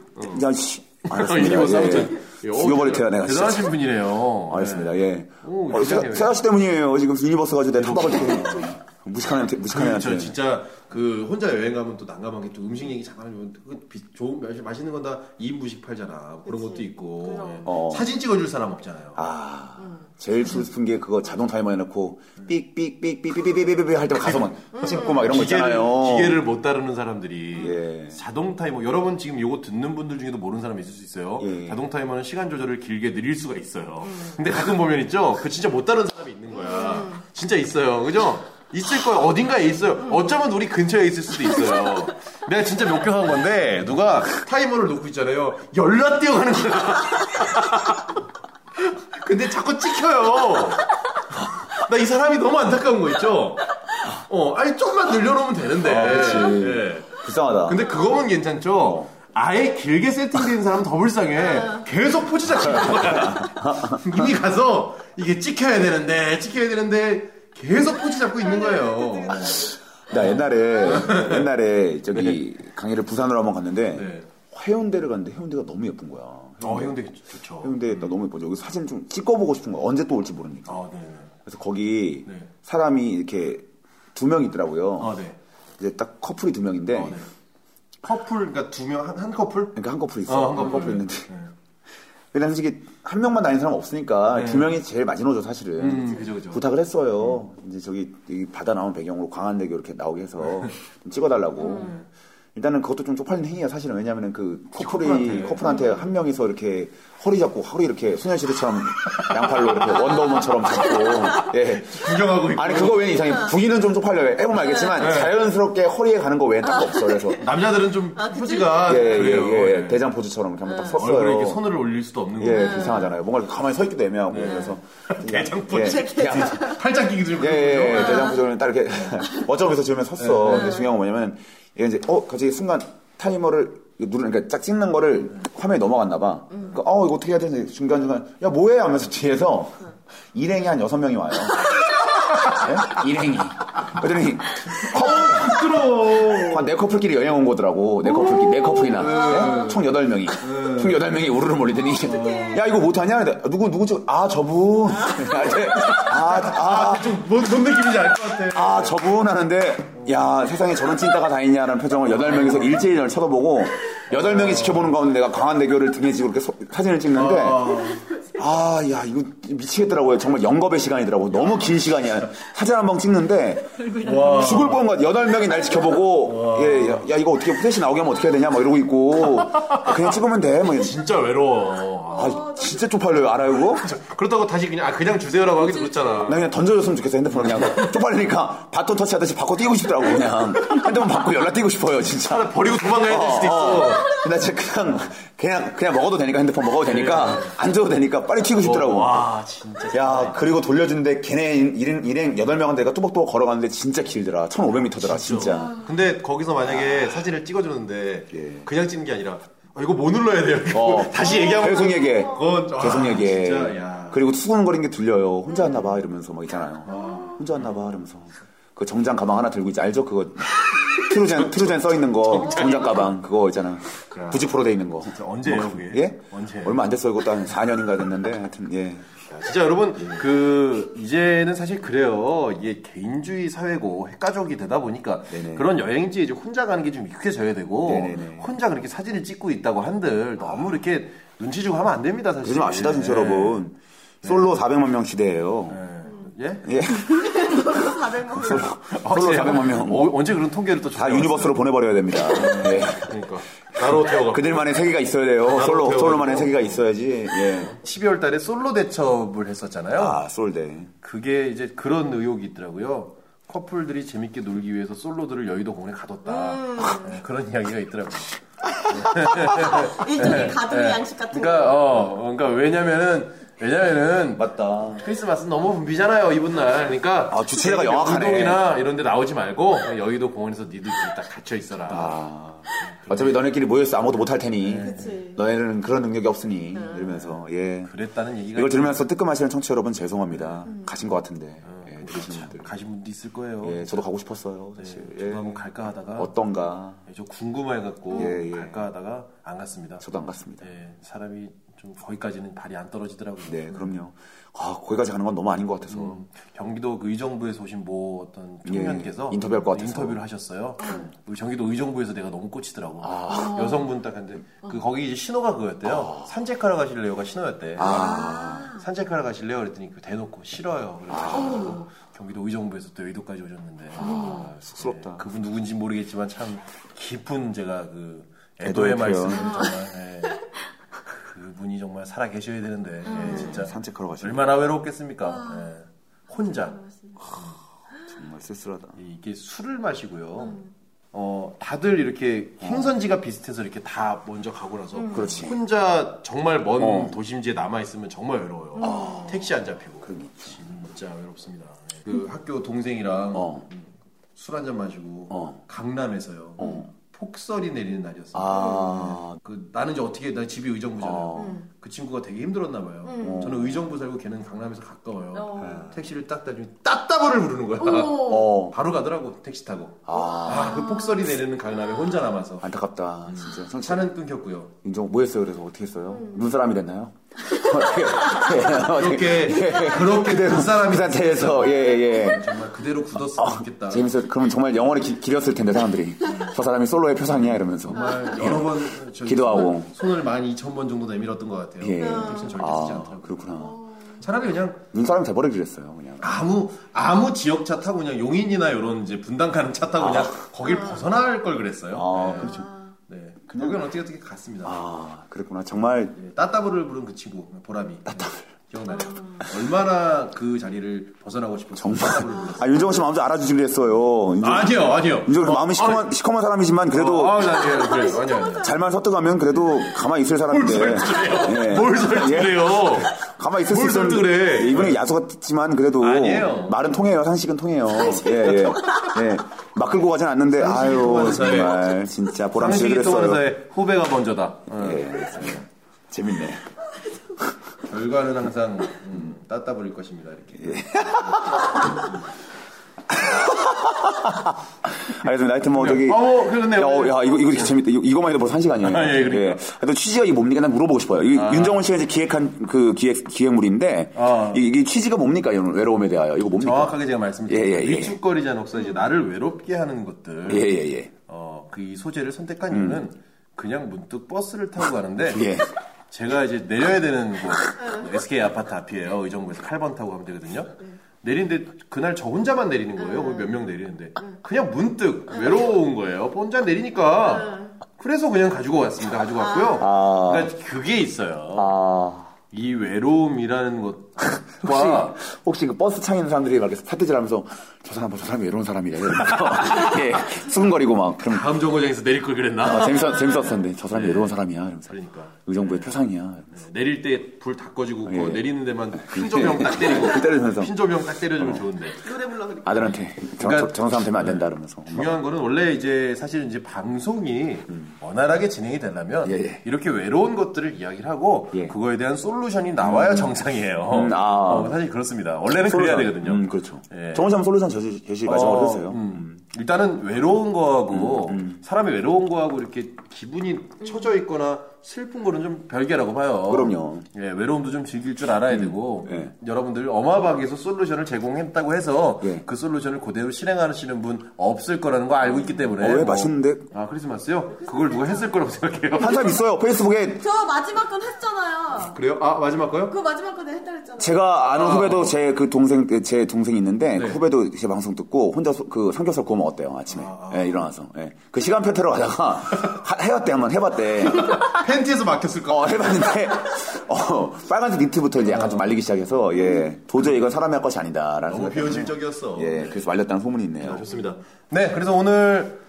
야 씨. 알았습니다.
어, 유니버스
예.
아무튼
죽여버릴 테야 내가 진짜.
어, 대단하신 분이네요.
알겠습니다. 예.
오,
어,
이상해요.
세- 세가씨 때문이에요. 지금 유니버스 가지고 내 타박을 듣고. 무식한 애한테 무식한
네. 저
애한테.
진짜 그 혼자 여행 가면 또 난감한 게 또 음식 얘기 잠깐 하면 그 비- 좋은 맛- 맛있는 건 다 2인분씩 팔잖아. 그런 것도 있고 예.
어.
사진 찍어줄 사람 없잖아요.
아, 제일 슬픈 게 그거 자동 타이머 해놓고 삑삑삑삑삑삑삑삑삑 할 때 가서만 찍고 막 이런 거
기계를,
있잖아요.
기계를 못 다루는 사람들이
예.
자동 타이머 여러분 지금 요거 듣는 분들 중에도 모르는 사람이 있을 수 있어요.
예.
자동 타이머는 시간 조절을 길게 늘릴 수가 있어요. 근데 가끔 보면 있죠. 그 진짜 못 다루는 사람이 있는 거야. 진짜 있어요. 그죠? 있을 거예요. 어딘가에 있어요. 어쩌면 우리 근처에 있을 수도 있어요. 내가 진짜 역경한 건데 누가 타이머를 놓고 있잖아요. 열나 뛰어가는 거야. 근데 자꾸 찍혀요. 나 이 사람이 너무 안타까운 거 있죠? 어, 아니, 좀만 늘려놓으면 되는데.
아, 그치.
예.
불쌍하다.
근데 그거면 괜찮죠? 아예 길게 세팅된 사람은 더 불쌍해. 계속 포지자 찍는 거야. 이미 가서 이게 찍혀야 되는데, 찍혀야 되는데, 계속 포지 잡고 있는 거예요.
나 옛날에 옛날에 저기 강의를 부산으로 한번 갔는데
네.
해운대를 갔는데 해운대가 너무 예쁜 거야.
어, 해운대 좋- 좋죠.
해운대 나 너무 예뻐. 여기 사진 좀 찍어보고 싶은 거야. 언제 또 올지 모르니까.
아, 네네.
그래서 거기
네.
사람이 이렇게 두 명 있더라고요.
아, 네.
이제 딱 커플이 두 명인데
네. 커플, 그러니까 두 명, 한, 한 커플?
그러니까 한 커플 있어.
어, 한
한 커플
커플.
있는데
네.
근데 솔직히 한 명만 다니는 사람 없으니까 두 명이 제일 마지노죠 사실은.
음, 그죠, 그죠.
그렇죠. 부탁을 했어요. 이제 저기 여기 바다 나온 배경으로 광안대교 이렇게 나오게 해서
네.
좀 찍어달라고.
음.
일단은 그것도 좀 쪽팔린 행위야 사실은 왜냐하면 그 커플이
커플한테.
커플한테,
음.
한 명이서 이렇게 허리 잡고 허리 이렇게 소녀시대처럼 양팔로 이렇게 원더우먼처럼 잡고 예
구경하고 있고.
아니 그거 외에 이상해
음.
부인은 좀 쪽팔려요 해보면 알겠지만
네.
자연스럽게 허리에 가는 거 외엔 딴거 없어 그래서
남자들은 좀 포지가
예, 예,
아, 그래요.
예,
예.
대장 포즈처럼 이렇게 한번 딱 섰어요.
얼굴에 이렇게 음. 네. 손을 올릴 수도 없는
예,
거예요.
이상하잖아요. 뭔가 이렇게 가만히 서 있기도 애매하고 그래서
대장
예,
포즈. 팔짱 끼기 좀
예,
그렇군요.
예, 예, 대장 포즈는 딱 이렇게 어쩌면서 지으면 섰어. 근데 중요한 건 뭐냐면 얘 이제 어 갑자기 순간 타이머를 누르니까 그러니까 짝 찍는 거를 화면에 넘어갔나 봐. 그러니까 어 이거 어떻게 해야 되지? 중간 중간 야 뭐해 하면서 뒤에서 일행이 한 여섯 명이 와요. 예? 일행이. 그랬더니 커플
부끄러워.
한 네 커플끼리 여행 온 거더라고. 네 커플끼리, 네 커플이나. 예? 총 여덟 명이. 총 여덟 명이 우르르 몰리더니. 야, 이거 못하냐? 누구, 누구 지 아, 저분. 아, 아,
뭔, 뭔 느낌인지 알 것 같아.
아, 저분 하는데. 야, 세상에 저런 찐따가 다 있냐라는 표정을 여덟 명이서 일제히 저를 쳐다보고. 여덟 명이 지켜보는 가운데 내가 강한대교를 등에 지고 이렇게 소- 사진을 찍는데. 아, 야, 이거 미치겠더라고요. 정말 영겁의 시간이더라고. 너무 긴 시간이야. 사진 한 번 찍는데.
와.
죽을 뻔한 것 같아. 여덟 명이 날 지켜보고, 예, 야, 야, 이거 어떻게 후레쉬 나오게 하면 어떻게 해야 되냐, 막 이러고 있고, 그냥 찍으면 돼, 뭐. 이러지.
진짜 외로워.
아, 진짜 쪽팔려요, 알아요, 그거?
그렇다고 다시 그냥, 아, 그냥 주세요라고 하기도 그렇잖아.
나 그냥 던져줬으면 좋겠어, 핸드폰 그냥. 쪽팔리니까, 바톤 터치하듯이 바꿔 뛰고 싶더라고, 그냥. 핸드폰 바꿔 연락 뛰고 싶어요, 진짜.
아, 버리고 도망가야 될 수도
어,
있어.
나 진짜 그냥, 그냥, 그냥 먹어도 되니까, 핸드폰 먹어도 되니까, 안 줘도 되니까, 빨리 튀고 싶더라고.
와, 진짜.
야, 그리고 돌려준데 걔네 일행, 일행 8명한테 내가 뚜벅뚜벅 걸어가는데 진짜 길더라. 1500m더라, 진짜.
근데 거기서 만약에 사진을 찍어주는데
예.
그냥 찍는 게 아니라 아, 이거 뭐 눌러야 돼요? 이거 다시 얘기하면
계속 얘기해.
그건 아,
계속 얘기해.
진짜, 야.
그리고 수근거리는 게 들려요. 혼자 왔나 봐 이러면서 막 있잖아요. 혼자 왔나 봐 이러면서 그 정장 가방 하나 들고 있지 알죠 그거 트루젠 트루젠 써 있는 거 정장 가방 그거 있잖아.
그래.
부지포로 돼 있는 거.
언제예요,
뭐,
그게?
예?
언제예요?
얼마 안 됐어요. 그것도 한 4년인가 됐는데 하여튼 예.
진짜 여러분 그 이제는 사실 그래요 이게 개인주의 사회고 핵가족이 되다 보니까
네네.
그런 여행지에 이제 혼자 가는 게 좀 익숙해져야 되고
네네네.
혼자 그렇게 사진을 찍고 있다고 한들 너무 이렇게 눈치 주고 하면 안 됩니다 사실
요즘 아시다 진짜
네.
여러분 솔로 400만 명 시대예요.
예?
예. 솔로, 솔로 400만 명.
어, 언제 그런 통계를 또
다
조사해
유니버스로 보내버려야 됩니다. 예.
봤어요? 그러니까 나로 태워가
그들만의 세계가 있어야 돼요. 솔로,
배워가지고.
솔로만의 세계가 있어야지. 예.
12월 달에 솔로 대첩을 했었잖아요
아, 솔대.
그게 이제 그런 의혹이 있더라고요. 커플들이 재밌게 놀기 위해서 솔로들을 여의도 공원에 가뒀다.
음.
네, 그런 이야기가 있더라고요.
일종의 가두리 양식 같은 거.
그러니까 어, 그러니까 왜냐면은 왜냐면은
맞다.
크리스마스 너무 붐비잖아요 이번 날. 그러니까
아, 주체가 영악하네.
운동이나 이런데 나오지 말고 그냥 여의도 공원에서 니들 둘이 딱 갇혀 있어라.
아, 어차피 너네끼리 모여서 아무도 못할 테니.
그치. 아.
너네는 그런 능력이 없으니. 이러면서, 예.
그랬다는 얘기가
이걸
있더라고요.
들으면서 뜨끔하시는 청취자 여러분 죄송합니다.
음.
가신 것 같은데.
아,
예,
그렇죠.
들으시는 분들.
가신 분도 있을 거예요.
예, 저도 가고 싶었어요, 사실.
네, 저도
예.
한번 갈까 하다가
어떤가.
예, 저 궁금해갖고
예, 예.
갈까 하다가 안 갔습니다.
저도 안 갔습니다.
예, 사람이 좀 거기까지는 발이 안 떨어지더라고요.
네, 그럼요. 아, 거기까지 가는 건 너무 아닌 것 같아서.
경기도 그 의정부에서 오신 뭐 어떤 청년께서
예, 인터뷰할 것 같아서. 음.
인터뷰를 하셨어요. 우리 경기도 의정부에서 내가 너무 꽂히더라고.
아.
여성분 딱 근데 그 거기 이제 신호가 그거였대요. 산책하러 가실래요가 신호였대.
아.
산책하러 가실래요? 그랬더니 그 대놓고 싫어요. 그래서 경기도 의정부에서 또 여의도까지 오셨는데 아,
아. 쑥스럽다.
그분 누군지 모르겠지만 참 깊은 제가 그
애도의
애도의 말씀
표현.
정말. 예. 그분이 정말 살아 계셔야 되는데 예, 진짜
산책하러 가시네.
얼마나 외롭겠습니까? 예. 혼자
어.
예,
정말 쓸쓸하다.
이게 술을 마시고요. 어 다들 이렇게 행선지가 비슷해서 이렇게 다 먼저 가고 나서
그렇지.
혼자 정말 먼 도심지에 남아 있으면 정말 외로워요. 택시 안 잡히고 진짜 외롭습니다. 예. 그 학교 동생이랑
어.
술 한 잔 마시고
어.
강남에서요. 폭설이 내리는 날이었어요.
아,
그 나는 이제 어떻게 나 집이 의정부잖아요.
아.
음.
그 친구가 되게 힘들었나 봐요.
음.
저는 의정부 살고 걔는 강남에서 가까워요.
어.
네.
택시를 딱 따주면 따따블을 부르는 거야.
오.
어,
바로 가더라고 택시 타고.
아,
아 그 폭설이 내리는 강남에 혼자 남아서 음.
안타깝다, 진짜. 성-
차는 끊겼고요.
인정 뭐 했어요? 그래서 어떻게 했어요?
음.
눈사람이 됐나요?
그렇게 그렇게 그 사람이
그 상태에서 예예 예.
정말 그대로 굳었으면 좋겠다.
재밌어. 그러면 정말 영원히 기- 기렸을 텐데 사람들이 저 사람이 솔로의 표상이야 이러면서.
정말 여러 번 저기
예. 기도하고.
손을- 손을 만 이천 번 정도 내밀었던 것 같아요.
예.
택시 절대 쓰지
아
않더라고요.
그렇구나.
차라리 그냥
눈사람 돼버리기로 했어요 그냥.
아무 아무 지역 차 타고 그냥 용인이나 이런 이제 분당 가는 차 타고 그냥 거길 벗어날 걸 그랬어요.
아,
네.
그렇죠.
네. 그냥 여기는 어떻게 어떻게 갔습니다.
아 그랬구나. 정말
네, 따따블을 부른 그 친구 보람이 기억나요. 얼마나 그 자리를 벗어나고 싶었어요.
아. 정말.
따따블을 불렀어요.
아 윤정호 씨 마음도 알아주기로 했어요. 윤정
아니요 아니요.
윤정호 씨
어,
마음은 시커먼 시커먼 사람이지만 그래도
아, 나, 예, 그래, 아니요, 아니요.
잘만 서뜩하면 그래도 가만히 있을 사람인데. 예.
뭘 설득해요?
가만히 있을 수
뭘
있었는데 네,
설득을 해?
이분은 야수 같지만 그래도
아니에요.
말은 통해요 상식은 통해요 예예 예. 막 끌고 가진 않는데 아유
통하는 사회.
정말 진짜 보람 씨
상식이
그랬어요
통하는 호배가 먼저다. 어,
예, 알겠습니다. 재밌네
결과는 항상 음, 따따블일 것입니다.
예,
이렇게.
알겠습니다 하여튼 뭐 저기
어, 그러네요.
야, 어, 야, 이거 이거 진짜 재밌다 이거, 이거만 해도 벌써 한 시간이에요
아, 예, 그러니까.
하여튼 취지가 이게 뭡니까 난 물어보고 싶어요 이거 윤정원 씨가 이제 기획한 그 기획 기획물인데
아.
이- 이게 취지가 뭡니까 이런 외로움에 대하여 이거 뭡니까
정확하게 제가 말씀드릴게요.
예, 예, 예.
위축거리지 않고서 이제 나를 외롭게 하는 것들.
예예예
어, 그 이 소재를 선택한 이유는 그냥 문득 버스를 타고 가는데
음. 예.
제가 이제 내려야 되는 곳 SK 아파트 앞이에요. 의정부에서 8번 타고 가면 되거든요. 내리는데 그날 저 혼자만 내리는 거예요. 그 몇 명 내리는데 그냥 문득 외로운 거예요. 뭐 혼자 내리니까 그래서 그냥 가지고 왔습니다. 가지고 왔고요.
아.
그러니까 그게 있어요.
아
이 외로움이라는
혹시
것과
혹시 그 버스 창에 있는 사람들이 막 이렇게 사태질하면서 저 사람 저 사람이 외로운 사람이래 이러면서 예 수근거리고 막 그럼
다음 정거장에서 내릴 걸 그랬나?
아, 재밌었 재밌었었는데 저 사람이 외로운 사람이야 이러면서
그러니까.
의정부의 표상이야 이러면서.
내릴 때 불 다 꺼지고 그거
예.
내리는 데만 핀조명 딱 때리고
그 때리면서. 어.
핀조명 딱 때려주면 좋은데
노래 불러 그리고.
아들한테 저,
그러니까-
저, 저런 사람 되면 안 된다 이러면서
중요한 거는 원래 이제 사실 이제 방송이 원활하게 진행이 되려면
음. 예, 예.
이렇게 외로운 것들을 이야기를 하고
예.
그거에 대한 솔루션이 나와야 정상이에요.
음, 아.
어, 사실 그렇습니다. 원래는
솔루션.
그래야 되거든요.
음, 그렇죠.
예.
정원 씨한 솔루션 제시, 제시 마지막으로
어,
해주세요. 음,
음. 일단은 외로운 거하고 사람이 외로운 거하고 이렇게 기분이 처져 있거나 슬픈 거는 좀 별개라고 봐요.
그럼요.
예, 외로움도 좀 즐길 줄 알아야 되고
예.
여러분들 어마박에서 솔루션을 제공했다고 해서
예.
그 솔루션을 그대로 실행하시는 분 없을 거라는 거 알고 있기 때문에
어, 왜
뭐.
맛있는데?
아 크리스마스요? 그걸 누가 했을 거라고 생각해요.
한 사람 있어요. 페이스북에
저 마지막 건 했잖아요.
그래요? 아 마지막 거요?
그 마지막 건 했다 그랬잖아요.
제가 아는 후배도 제 그 동생 제 동생이
네.
있는데 그 후배도 제 방송 듣고 혼자 소- 그 삼겹살 구워 먹었대요 아침에 예, 일어나서 예. 그 시간표 타러 가다가 하- 해봤대 한번 해봤대
팬티에서 막혔을 거.
어, 해봤는데 어, 빨간색 니트부터 이제 약간 좀 말리기 시작해서 예 도저히 이건 사람의 것이 아니다라는
너무
생각이 들어요.
비현실적이었어.
예 그래서 말렸다는 소문이 있네요
아, 좋습니다. 네, 그래서 오늘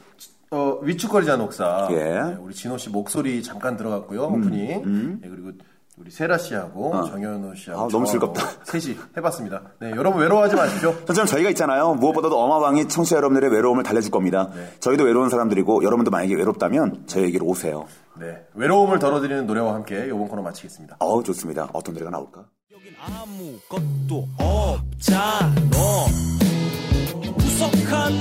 어, 위축거리자 녹사
예. 음,
네, 우리 진호 씨 목소리 잠깐 들어갔고요 오프닝 네, 그리고 우리 세라 씨하고 정현우 씨하고
아, 너무
저하고
즐겁다.
셋이 해봤습니다. 네, 여러분 외로워하지 마십시오.
선생님 저희가 있잖아요. 무엇보다도 어마방이 청취자 여러분들의 외로움을 달래줄 겁니다.
네.
저희도 외로운 사람들이고 여러분도 만약에 외롭다면 저희에게로 오세요.
네, 외로움을 덜어드리는 노래와 함께 이번 코너 마치겠습니다.
어우 좋습니다. 어떤 노래가 나올까?
여긴 아무것도 없잖아 구석한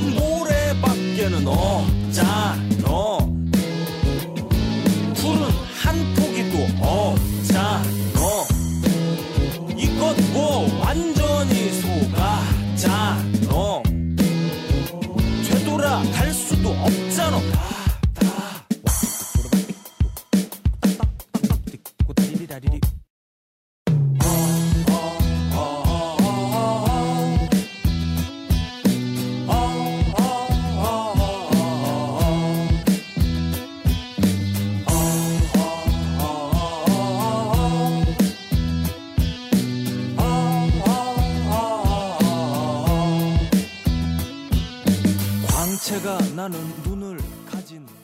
모래밖에는 없잖아 푸른 한 폭이도 없잖아 이것 뭐 완전히 속았잖아 되돌아 갈 수도 없잖아 아, 광채가 나는 눈을 가진